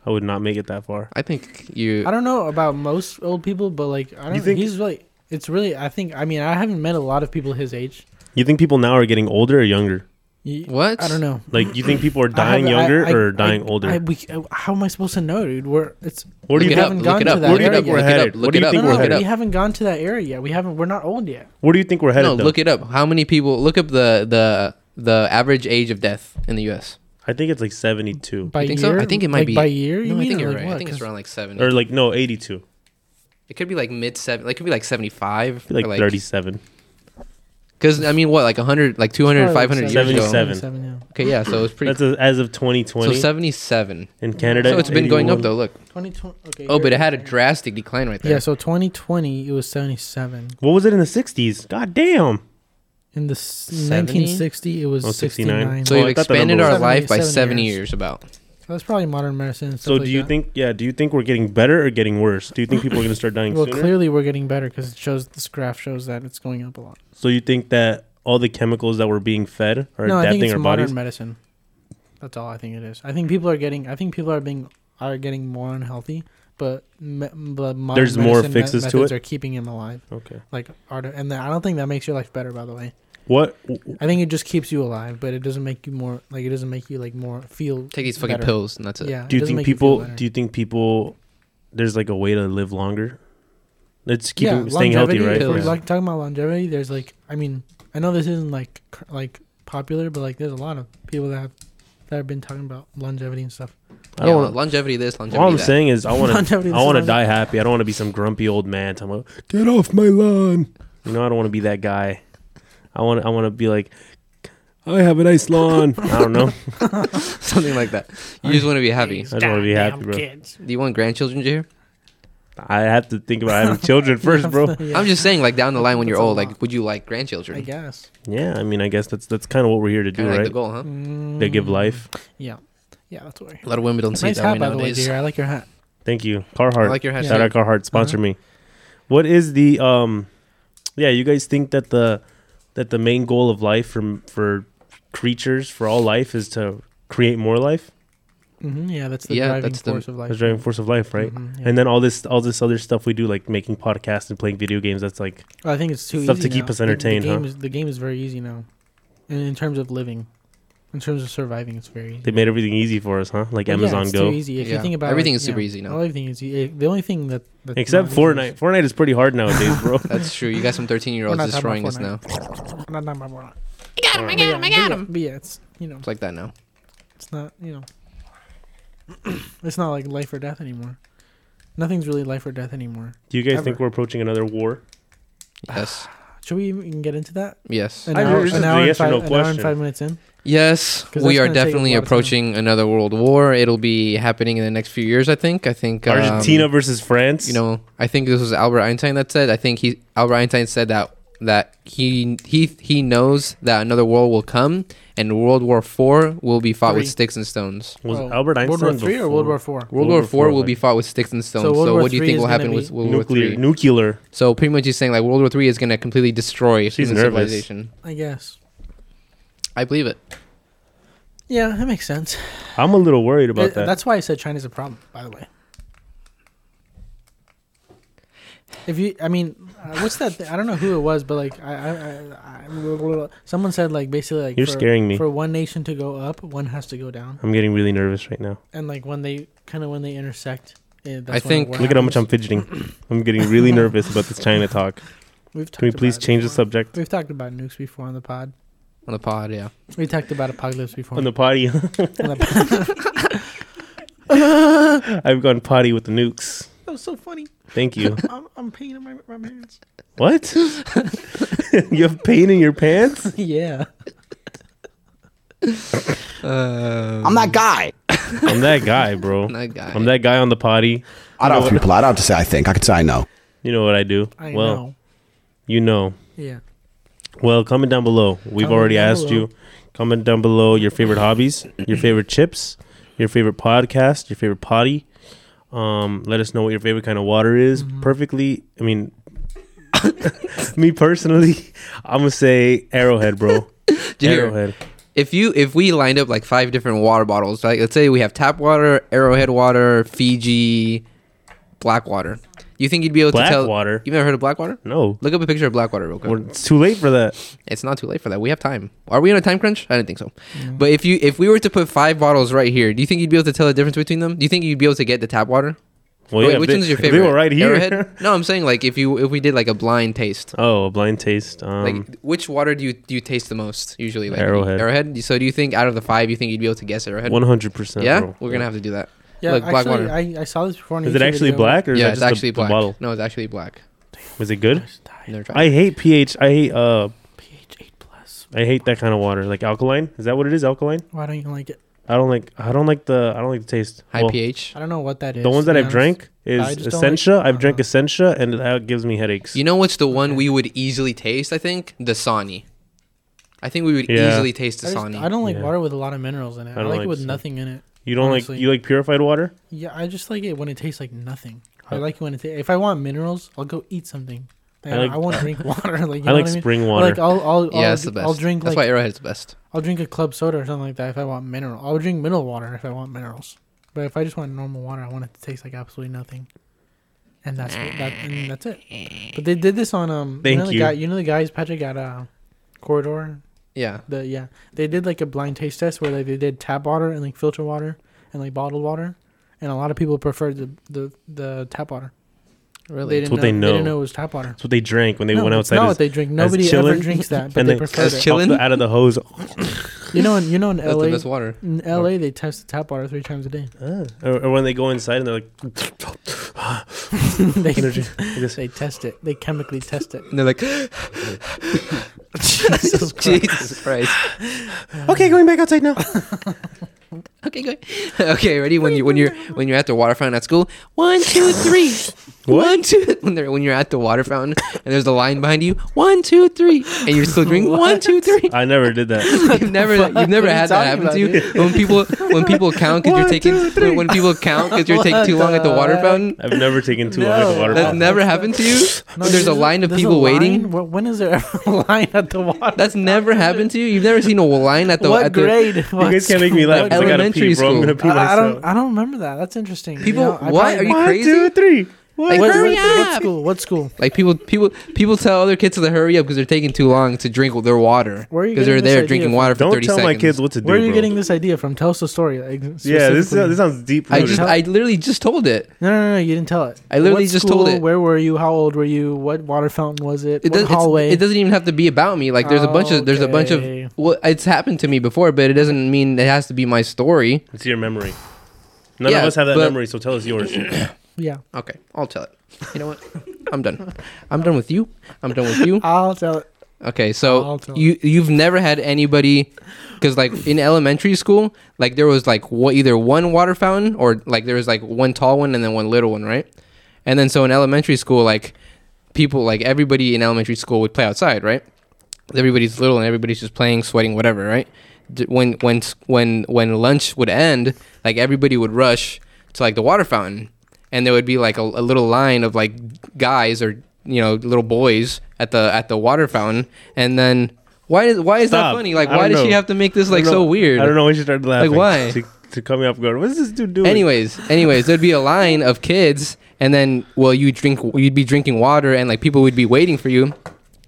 I would not make it that far.
I think you.
I don't know about most old people, but like I don't.
think-
he's really. It's really. I think. I mean, I haven't met a lot of people his age.
You think people now are getting older or younger?
Y-
What?
I don't know.
Like, you think people are
I
dying
haven't- I-
younger
I-
or
I-
dying older?
I, we, how am I supposed to know, dude? We're it's.
Where do
Look
you
it
think?
up.
haven't
Look
gone
it
to
up.
that
Look it
area
up.
yet.
Look it
Where
up.
do
Look
you
it up.
think
No,
we're
no,
Look it
headed?
we
up.
haven't gone to that area yet. We haven't. We're not old yet.
Where do you think we're headed?
No,
though?
look it up. How many people? Look up the the the average age of death in the U.S.
I think it's like 72.
By
think so?
year,
I think it might
like
be-
by year. You
No, I
mean,
think
or
you're
like
right.
what?
I think it's
'Cause
around like seventy.
Or like, no, 82.
It could be like mid seven. Like it could be like seventy five.
Like, 37.
Because I mean, what like hundred, like 200,
probably like
500
seventy.
years ago.
77.
yeah.
Okay, yeah. So it's pretty.
That's a, as of 2020
so seventy seven.
in Canada.
So it's been going up
81.
though. Look.
2020. Okay.
Oh, but it had a
you're-
drastic decline right there.
Yeah, so 2020, it was 77.
What was it in the 60s? God damn.
In the s-
70?
1960, it was
Oh, 69.
69.
So
Well,
we've
I thought the
expanded
number
our
was-
life by
70
seventy
years.
years. about.
So that's probably modern medicine. And stuff
So
like
do you
that.
think, yeah, do you think we're getting better or getting worse? Do you think people are going to start dying
Well,
sooner?
clearly we're getting better because it shows this graph shows that it's going up a lot.
So you think that all the chemicals that we're being fed are
no, I think
adapting
it's
our
modern
bodies?
medicine. That's all I think it is. I think people are getting. I think people are being are getting more unhealthy, but, me, but modern
There's more
medicine me-
fixes to
methods
it?
Are keeping them alive.
Okay.
Like art, and I don't think that makes your life better. By the way,
What?
I think it just keeps you alive, but it doesn't make you more like it doesn't make you like more feel.
Take these fucking
better.
pills and that's it.
Yeah. it
Do you
doesn't
think
make feel
people?
better.
do you think people? There's like a way to live longer. Let's keep them staying healthy,
longevity,
right?
If we're
Pills.
Yeah.
like talking about longevity, there's like, I mean, I know this isn't like cr- like popular, but like there's a lot of people that have that have been talking about longevity and stuff.
I don't
Yeah,
want.
longevity this, longevity
All I'm
that.
saying is, I want to.
Longevity,
I want to
this is
die happy. I don't want to be some grumpy old man. talking about get off my lawn. You know, I don't want to be that guy. I want. I want to be like, I have a nice lawn. I don't know.
Something like that. You just want to be happy.
I just want to be happy, bro.
Do you want grandchildren, Jir?
I have to think about having children first, bro.
Yeah,
I'm just saying, like down the line when you're
That's a
old,
lot.
like would you like
I
grandchildren?
guess.
Yeah, I mean, I guess that's that's kind of what we're here to do,
Kind of like the
right?
goal, huh?
They give
Mm,
life.
Yeah, yeah, that's where.
A lot of women don't see
Nice
it that way
hat, by the way,
nowadays.
dear. I like your hat.
Thank you, Carhartt.
I like your
Shout
hashtag.
out Carhartt, sponsor
Uh-huh.
me. What is the um? Yeah, you guys think that the that the main goal of life for for creatures for all life is to create more life.
hmm yeah, that's the
Yeah,
driving
that's the-
force of life.
That's the driving force of life, right?
Mhm, yeah.
And then all this all this other stuff we do, like making podcasts and playing video games. That's like
I think it's too
Stuff
easy
to keep
now.
us
The-
entertained,
The,
huh?
game is, the game is very easy now, in, in terms of living, in terms of surviving, it's very. Easy.
they made everything easy for us, huh? Like
But yeah,
Amazon
it's
Go,
Too easy. If you
Yeah.
think about
Everything
like,
is super easy now.
Everything is e- the only thing that that's
except
not easy is-
Fortnite. Fortnite is pretty hard nowadays, bro.
That's true. You got some 13 year
We're
olds
not talking
destroying
about
us now.
Not- not my Fortnite.
got him, I
But yeah, but yeah, But yeah, it's you know,
It's like that now.
it's not you know, it's not like life or death anymore. Nothing's really life or death anymore.
Do you guys
Ever.
think we're approaching another war?
Yes.
Should we even get into that?
Yes.
An
I
hour,
mean, this
an
is
hour
a
and
yes or
five,
no
an hour and
question.
five minutes in.
Yes,
'Cause
we
that's
are
gonna take a
definitely
lot of time.
approaching another world war. It'll be happening in the next few years, I think. I think um,
Argentina versus France.
You know, I think this was Albert Einstein that said. I think he Albert Einstein said that that he he he knows that another world will come and World War Four will be fought
Three.
with sticks and stones.
was
Oh,
Albert Einstein
World War Three or
before?
World War Four?
World, War Four will be fought with sticks and stones. So,
World War
what do you
Three
think
is
will
gonna
happen
be
with World War
nuclear
Three?
nuclear
So pretty much he's saying like World War Three is going to completely destroy
She's
human
nervous.
civilization.
I guess.
I believe it.
Yeah, that makes sense.
I'm a little worried about
It-
that.
That's why I said China's a problem. By the way. If you, I mean, uh, what's that? Th- I don't know who it was, but like, I, I, I, I someone said like basically like
You're
for-
scaring me.
for one nation to go up, one has to go down,
I'm getting really nervous right now.
and like when they kind of when they intersect, eh, that's
I
when
think-
war
Look at how much I'm
happens.
fidgeting. I'm getting really nervous about this China talk.
We've talked
Can we
about
please
it
change the
before.
subject?
We've talked about nukes before on the pod.
On the pod, yeah.
We talked about apocalypse before.
On the potty,
On the pod.
I've gone potty with the nukes.
that was so funny.
Thank you.
I'm, I'm painting my my hands.
What? you have pain in your pants?
yeah.
I'm that guy.
I'm that guy, bro.
That guy.
I'm that guy on the potty.
I don't have to be polite. I don't have to say I think. I could say I know.
You know what I do.
I
well,
know.
you know.
Yeah.
Well, comment down below. We've
Comment
already
down
asked
below.
you. Comment down below your favorite hobbies, your favorite chips, your favorite podcast, your favorite potty. Um, let us know what your favorite kind of water is.
Mm-hmm.
Perfectly, I mean, me personally, I'm gonna say Arrowhead, bro.
Dear,
Arrowhead.
if you if we lined up like five different water bottles, like let's say we have tap water, Arrowhead water, Fiji, black water. You think you'd be able
Black
to tell?
water?
You've never heard of black water?
No,
Look up a picture of black water real quick.
We're- it's too late for that.
it's not too late for that. We have time. Are we on a time crunch? I don't think so. But if you if we were to put five bottles right here, do you think you'd be able to tell the difference between them? Do you think you'd be able to get the tap water?
Well,
Wait,
yeah,
which
they-
one's your
if
favorite?
They were right here.
Arrowhead? No, I'm saying like if you if we did like a blind taste.
oh, a blind taste. Um,
Like which water do you do you taste the most usually? Like
Arrowhead.
Arrowhead. So do you think out of the five, you think you'd be able to guess Arrowhead?
100%.
yeah,
bro.
we're gonna have to do that.
Yeah.
Look,
actually,
black water.
I, I saw this before. on
Is it
YouTube
actually
video.
black or is
yeah,
that
it's
just the-
actually
the
black.
bottle?
No, it's actually black.
Was it good?
Never tried.
I hate pH. I hate uh
pH eight plus.
I hate that kind of water. Like alkaline? Is that what it is? Alkaline?
Why don't you like it?
I don't like. I don't like the. I don't like the taste.
High
Well,
pH.
I don't know what that is.
The ones that
to be
I've
honest.
drank is
I just don't like-
Essentia. I've drank
uh-huh.
Essentia, and that gives me headaches.
You know what's the one we would easily taste? I think Dasani. I think we would
Yeah.
easily taste
I, just-
Dasani.
I don't like
Yeah.
water with a lot of minerals in it. I,
don't
like,
like
it with
so.
nothing in it.
You don't
honestly.
like. You like purified water?
Yeah, I just like it when it tastes like nothing. I
I-
like it when it. Ta- if I want minerals, I'll go eat something. Like,
I
I,
like-
I won't drink water. Like you
I
know
like
what I mean?
spring
Or,
water.
Like uh, I'll, I'll, I'll,
yeah, it's the best.
I'll drink
That's
like
why Arrowhead's the best.
I'll drink a club soda or something like that if I want mineral. I'll drink mineral water if I want minerals. But if I just want normal water, I want it to taste like absolutely nothing. And that's what- that, and that's it. But they did this on um.
Thank
you. Know the
you.
guy, you know the guys Patrick at uh, corridor.
Yeah.
The yeah, they did like a blind taste test where like, they did tap water and like filter water and like bottled water, and a lot of people preferred the the, the tap water.
Really?
They didn't
what
know,
they
They
know.
didn't know it was tap water.
That's what they drank when they
no,
went
it's
outside.
not
as-
what they drink. Nobody ever
chillin',
drinks that, but
and
they
they-
prefer
As
it.
chillin'?
off the- out of the hose.
You know, in, you know, in
That's the
LA,
best water.
in LA, they test the tap water three times a day.
Ah. Or, or when they go inside and they're like,
they,
and they're just- they just-
they test it. They chemically test it.
And they're like, Jesus Christ.
okay, going back outside now.
Okay, good. okay, ready? When you when you're when you're at the water fountain at school, one, two, three. One, two. When, they're, when you're at the water fountain and there's a line behind you, one, two, three, and you're still drinking one, two, three.
I never did that.
You've never you've never
What are you
had that happen
talking
to you when people when people count because you're taking when, when people count because you're taking too long at the water
What the
fountain.
I've never taken too long at the
No.
water
That's
fountain.
never happened to you.
No,
there's a line of
there's a
people
line?
waiting.
Wh- When is there ever a line at the water?
That's never happened to you. You've never seen a line at the
what
at the
grade?
You guys can't make me laugh. 'cause I gotta
Elementary
pee, bro. I'm
school.
gonna pee myself.
I, I don't. I don't remember that. That's interesting. You
People-
know, I
what?
probably
Are you
don't-
One,
crazy?
two, three.
Like,
What,
hurry
what- What
up!
school? What school?
Like people, people, people tell other kids to hurry up because they're taking too long to drink their water.
Where are you
Because they're
getting this
there
idea
drinking
from?
water for
Don't
thirty
tell
seconds.
my kids what to do.
Where are you
bro.
getting this idea from? Tell us the story. Like,
Yeah, this
specifically.
this sounds deep.
I
rooted.
just,
Tell-
I literally just told it.
No, no, no, no, you didn't tell it.
I literally just told it.
Where were you? How old were you? What water fountain was it?
It,
what
does,
hallway?
it's, it doesn't even have to be about me. Like there's a bunch of there's a bunch of
Okay.
well, it's happened to me before, but it doesn't mean it has to be my story.
It's your memory. None
Yeah,
of us have that
but-
memory, so tell us yours.
yeah,
Okay, I'll tell it. You know what? I'm done. I'm done with you. I'm done with you.
I'll tell it.
Okay,
I'll
so
tell
you you've never had anybody because like in elementary school, like there was like what either one water fountain or like there was like one tall one and then one little one, right? And then so in elementary school, like people like everybody in elementary school would play outside, right? Everybody's little and everybody's just playing, sweating, whatever, right? D- When when s- when when lunch would end, like everybody would rush to like the water fountain, and there would be like a, a little line of like guys or you know little boys at the at the water fountain, and then why is why is
Stop.
that funny? Like
I
why
don't
does she
know.
have to make
I
this
don't
like
know-
so weird?
I don't know why she started laughing.
why?
To, to cut me off guard. What is this dude doing?
Anyways, anyways, there'd be a line of kids, and then well, you drink, you'd be drinking water, and like people would be waiting for you.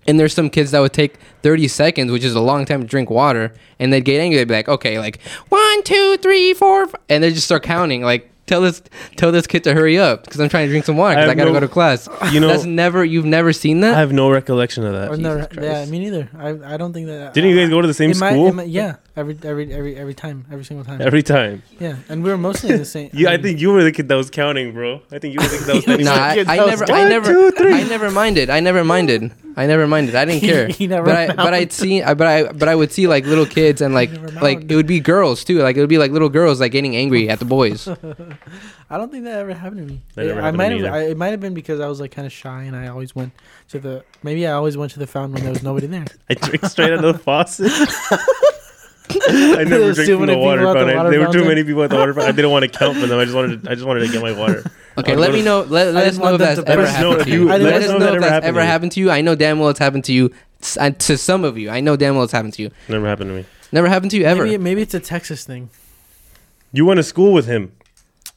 And there's some kids that would take 30 seconds, which is a long time to drink water, and they'd get angry. They'd be like, okay, like one, two, three, four, f-, and they just start counting. Like tell this, tell this kid to hurry up because I'm trying to drink some water
I
because I,
have
gotta
no-
go to class.
you know-
that's never you've never seen
I
that.
have no recollection of
I've
that.
never,
Oh, Jesus
yeah,
Christ.
me neither. I, I don't think that.
Didn't you guys go to the same
in my-
school?
in my- yeah, every every every every time, every single time.
Every time.
yeah, and we were mostly in the same.
You, I
mean,
think you were the kid that was counting, bro. I think you were the kid that was counting.
no, I,
kids
I
house
never,
down.
I
One,
never,
two,
I never minded. I never minded. I never minded. I didn't care.
He never
but I, but
minded.
I'd see, I- but I, but I would see like little kids and like,
never
like
minded.
it would be girls too. Like it would be like little girls like getting angry at the boys.
I don't think that ever happened to me.
That never
I
happened to
might
me
have.
either.
I, it might have been because I was like kind of shy, and I always went to the. Maybe I always went to the fountain when there was nobody there.
I drank straight out of the faucet. I never
was
drank
too
from
many
the
people
water
at the
fountain.
water
there were too
fountain.
many people at the water fountain. I didn't want to count for them. I just wanted. To, I just wanted to get my water.
Okay,
I'll
let
go
me
to-
know. Let, let
didn't
us know
want
if
them
that's
to
ever
press
happened
no,
to
if
you.
you-
Let,
let
us know if that's ever
to you.
happened to you. I know damn well it's happened to you. S- and To some of you, I know damn well it's happened to you.
Never happened to me.
Never happened to you ever.
Maybe maybe it's a Texas thing.
You went to school with him.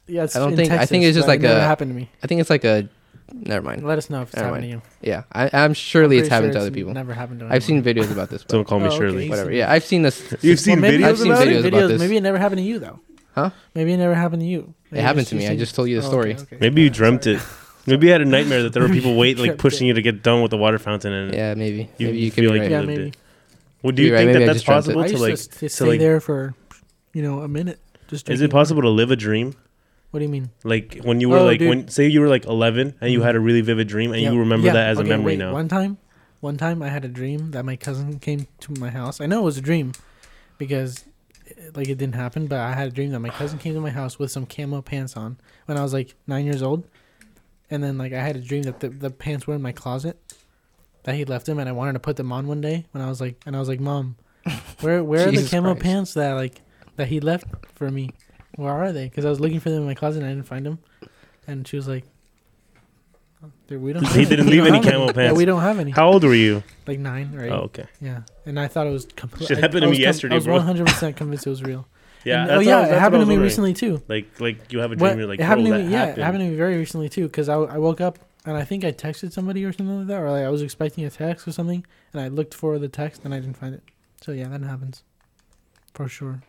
Yeah, it's
I don't
in
think- I
Texas,
think it's just
but
like
it never
a-
happened to me.
I think it's like a. Never mind.
Let us know if it's
Never
happened to you.
Yeah, I, I'm surely
Pretty
it's happened
sure
to other
it's
people.
Never happened to.
I've seen
anyone.
videos about this. But
Don't call me
Oh, okay.
Shirley.
whatever. Yeah, I've seen this.
You've seen
maybe-
videos
I've seen
about it?
videos about this.
Maybe it never happened to you though.
Huh?
Maybe it never happened to you. Maybe
It happened
it's
to me.
just
I
you-
just told you the
Oh,
story.
okay, okay.
Maybe you
Oh,
dreamt
sorry.
it. Maybe you had a nightmare that there were people wait, like
Dreamt
pushing
it.
you to get done with the water fountain. And
Yeah, maybe.
You
maybe you could
feel
be
like
right.
Yeah,
lived
maybe.
well, do you
You're right,
think
maybe I
that that's
just dreamt it.
possible
I
to
used
like?
to, st- stay
like-
there for, you know, a minute. Just
Is
drinking
it
water.
possible to live a dream?
What do you mean?
Like when you were
Oh,
like
dude. Mm-hmm.
when say you were like 11 and you had a really vivid dream and
Yeah.
you remember
Yeah.
that as
Okay,
a memory
wait,
now.
One time, one time I had a dream that my cousin came to my house. I know it was a dream because eh, like it didn't happen, but I had a dream that my cousin came to my house with some camo pants on when I was like 9 years old. And then like I had a dream that the, the pants were in my closet that he left them and I wanted to put them on one day when I was like and I was like, "Mom, where where are the
Jesus
camo
Christ.
pants that like that he left for me? Where are they?" Cuz I was looking for them in my closet and I didn't find them. And she was like, Dude, we don't.
He
have-
didn't
we
leave
don't
any
have
camo
Yeah,
pants.
we don't have any.
How old were you?
Like nine, right?
Oh, okay.
Yeah, and I thought it was completely.
Shit happened to me yesterday,
I was
bro.
one hundred percent convinced it was real.
Yeah.
And-
that's
oh
what I
yeah,
was-
it
that's what I
happened to
was
me
wondering.
recently too.
Like like you have a dream.
What,
You're like
it happened
oh,
to
that
me. Yeah, it happened to me very recently too. Because I, I woke up and I think I texted somebody or something like that, or like I was expecting a text or something, and I looked for the text and I didn't find it. So yeah, that happens, for sure.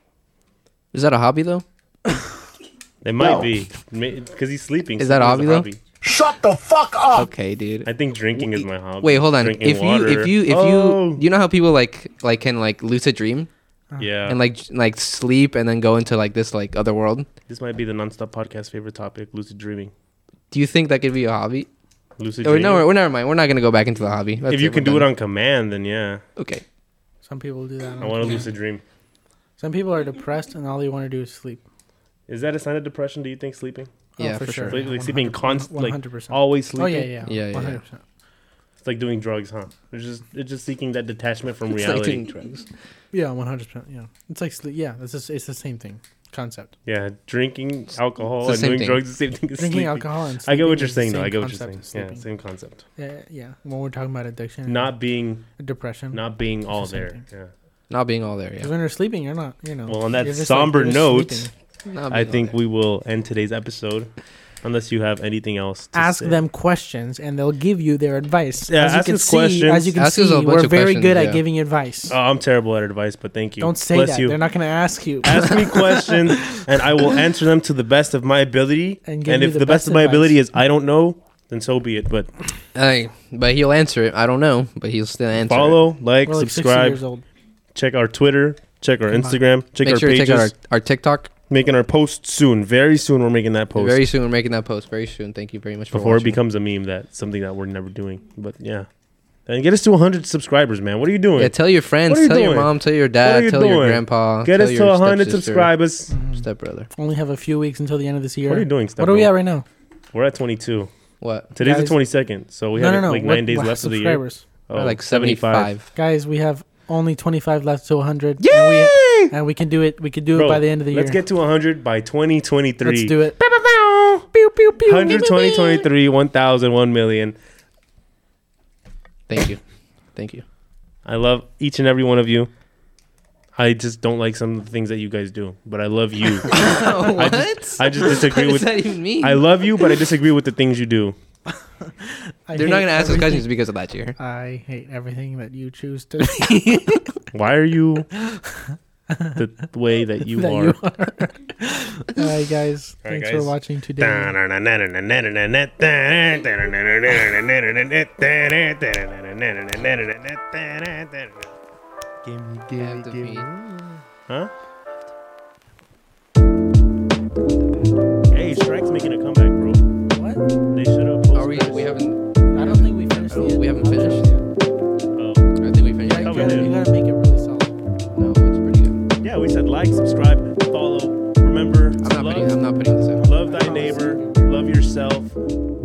Is that a hobby though?
It might
No.
be because he's sleeping.
Is that
Sleeping a
hobby,
Shut the fuck up.
Okay, dude.
I think drinking is my hobby.
Wait, hold on.
Drinking
If you
water.
if you if
Oh.
you you know how people like like can like lucid dream
yeah,
and like j- like sleep and then go into like this like other world.
this might be the nonstop podcast favorite topic: lucid dreaming.
Do you think that could be a hobby?
Lucid
Or
dreaming.
Oh, no, we're, never mind. We're not gonna go back into the hobby. That's
if you
we're
can do it
done.
on command, then yeah,
okay.
Some people do that.
I want to lucid dream.
Some people are depressed and all they want to do is sleep.
Is that a sign of depression? Do you think sleeping,
Yeah, Oh, for sure.
Like- like sleeping const- like,
100%.
always
Oh
sleeping?
yeah, yeah,
Yeah, yeah, yeah.
100%.
It's like doing drugs, huh? It's just it's just seeking that detachment from
It's like
reality.
doing drugs.
Yeah, one hundred percent. Yeah, it's like sleep. Yeah, it's just, it's the same thing. Concept.
yeah, drinking alcohol
the
and
same
doing
thing.
drugs is the same thing as
Drinking
sleeping.
alcohol
I
and
get
sleeping
what you're
is the
saying though.
same
I get what you're saying.
concept as
Yeah,
sleeping.
same concept.
Yeah, yeah. When we're talking about addiction,
Not being
depression.
not being all
the same
there.
thing.
Yeah.
Not being all there.
Because
Yeah.
when you're sleeping, you're not. You know.
Well, on that
you're just,
somber
you're just
note,
sleeping.
Not
I
being all
think
there.
we will end today's episode, unless you have anything else. To
ask
say.
them questions and they'll give you their advice.
Yeah,
as you
ask
can
us
see,
questions.
As you can
Ask us a
see,
bunch
we're
of
very
questions,
good
yeah.
at giving advice.
Oh, I'm terrible at advice, but thank you.
Don't say
Bless
that.
you.
They're not going to ask you.
ask me questions, and I will answer them to the best of my ability.
And
And,
give you
if the,
the
best,
best
of my
advice.
ability is I don't know, then so be it. But
Hey, but he'll answer it. I don't know, but he'll still answer. it.
follow, like,
we're like 60
subscribe,
years old.
check our Twitter, check our
Come on.
Instagram, check
Make
our
sure to
pages.
check out our, our TikTok.
making our post soon. Very soon, we're making that post
Very soon, we're making that post. Very soon. Thank you very much for
before it
watching.
becomes a meme. That something that we're never doing. But yeah, and get us to 100 subscribers, man. What are you doing?
Yeah, tell your friends,
What are you
tell your
doing?
mom, tell your dad,
are you
tell your
doing?
grandpa.
get
tell
us to
your
100
stepsister,
subscribers.
Hmm. Stepbrother.
Mm-hmm. Only have a few weeks until the end of this year.
What are you doing,
What are we at
Stefan?
right now?
We're at 22.
What?
Today's
Guys-
the 22nd, so we
no,
have
no, no.
like
What-
nine days
what-
left of the year.
subscribers.
Oh,
like 75.
Guys, we have only 25 left to 100. And we,
Yay!
and we can do it. We can do it by the end of the year.
Let's get to 100 by 2023.
Let's do it.
Pew, pew, pew, 100, 2023, 1,000, 1 million.
Thank you. Thank you.
I love each and every one of you. I just don't like some of the things that you guys do, but I love you.
what?
I just disagree with.
what does that even mean?
I love you, but I disagree with the things you do.
I
They're not going
hate
to ask us
everything-
questions because of that year.
I hate everything that you choose to be
Why are you the way that you
that
are?
you are. All right, guys.
All right,
Thanks
guys.
for watching today.
Gimme, gimme,
Have to
gimme.
be-
Huh? Hey, Shrek's making a comeback, bro.
What?
They should have posted.
Are we, we haven't.
I don't think we finished the
Oh, We haven't
outro
finished.
yet.
Oh.
I think we finished.
Like,
Oh,
No,
we
you, gotta,
did.
you gotta make it really solid.
it's pretty good.
Yeah, we said like, subscribe, follow. Remember,
I'm not
love,
putting, I'm not putting this out.
love thy neighbor, love yourself,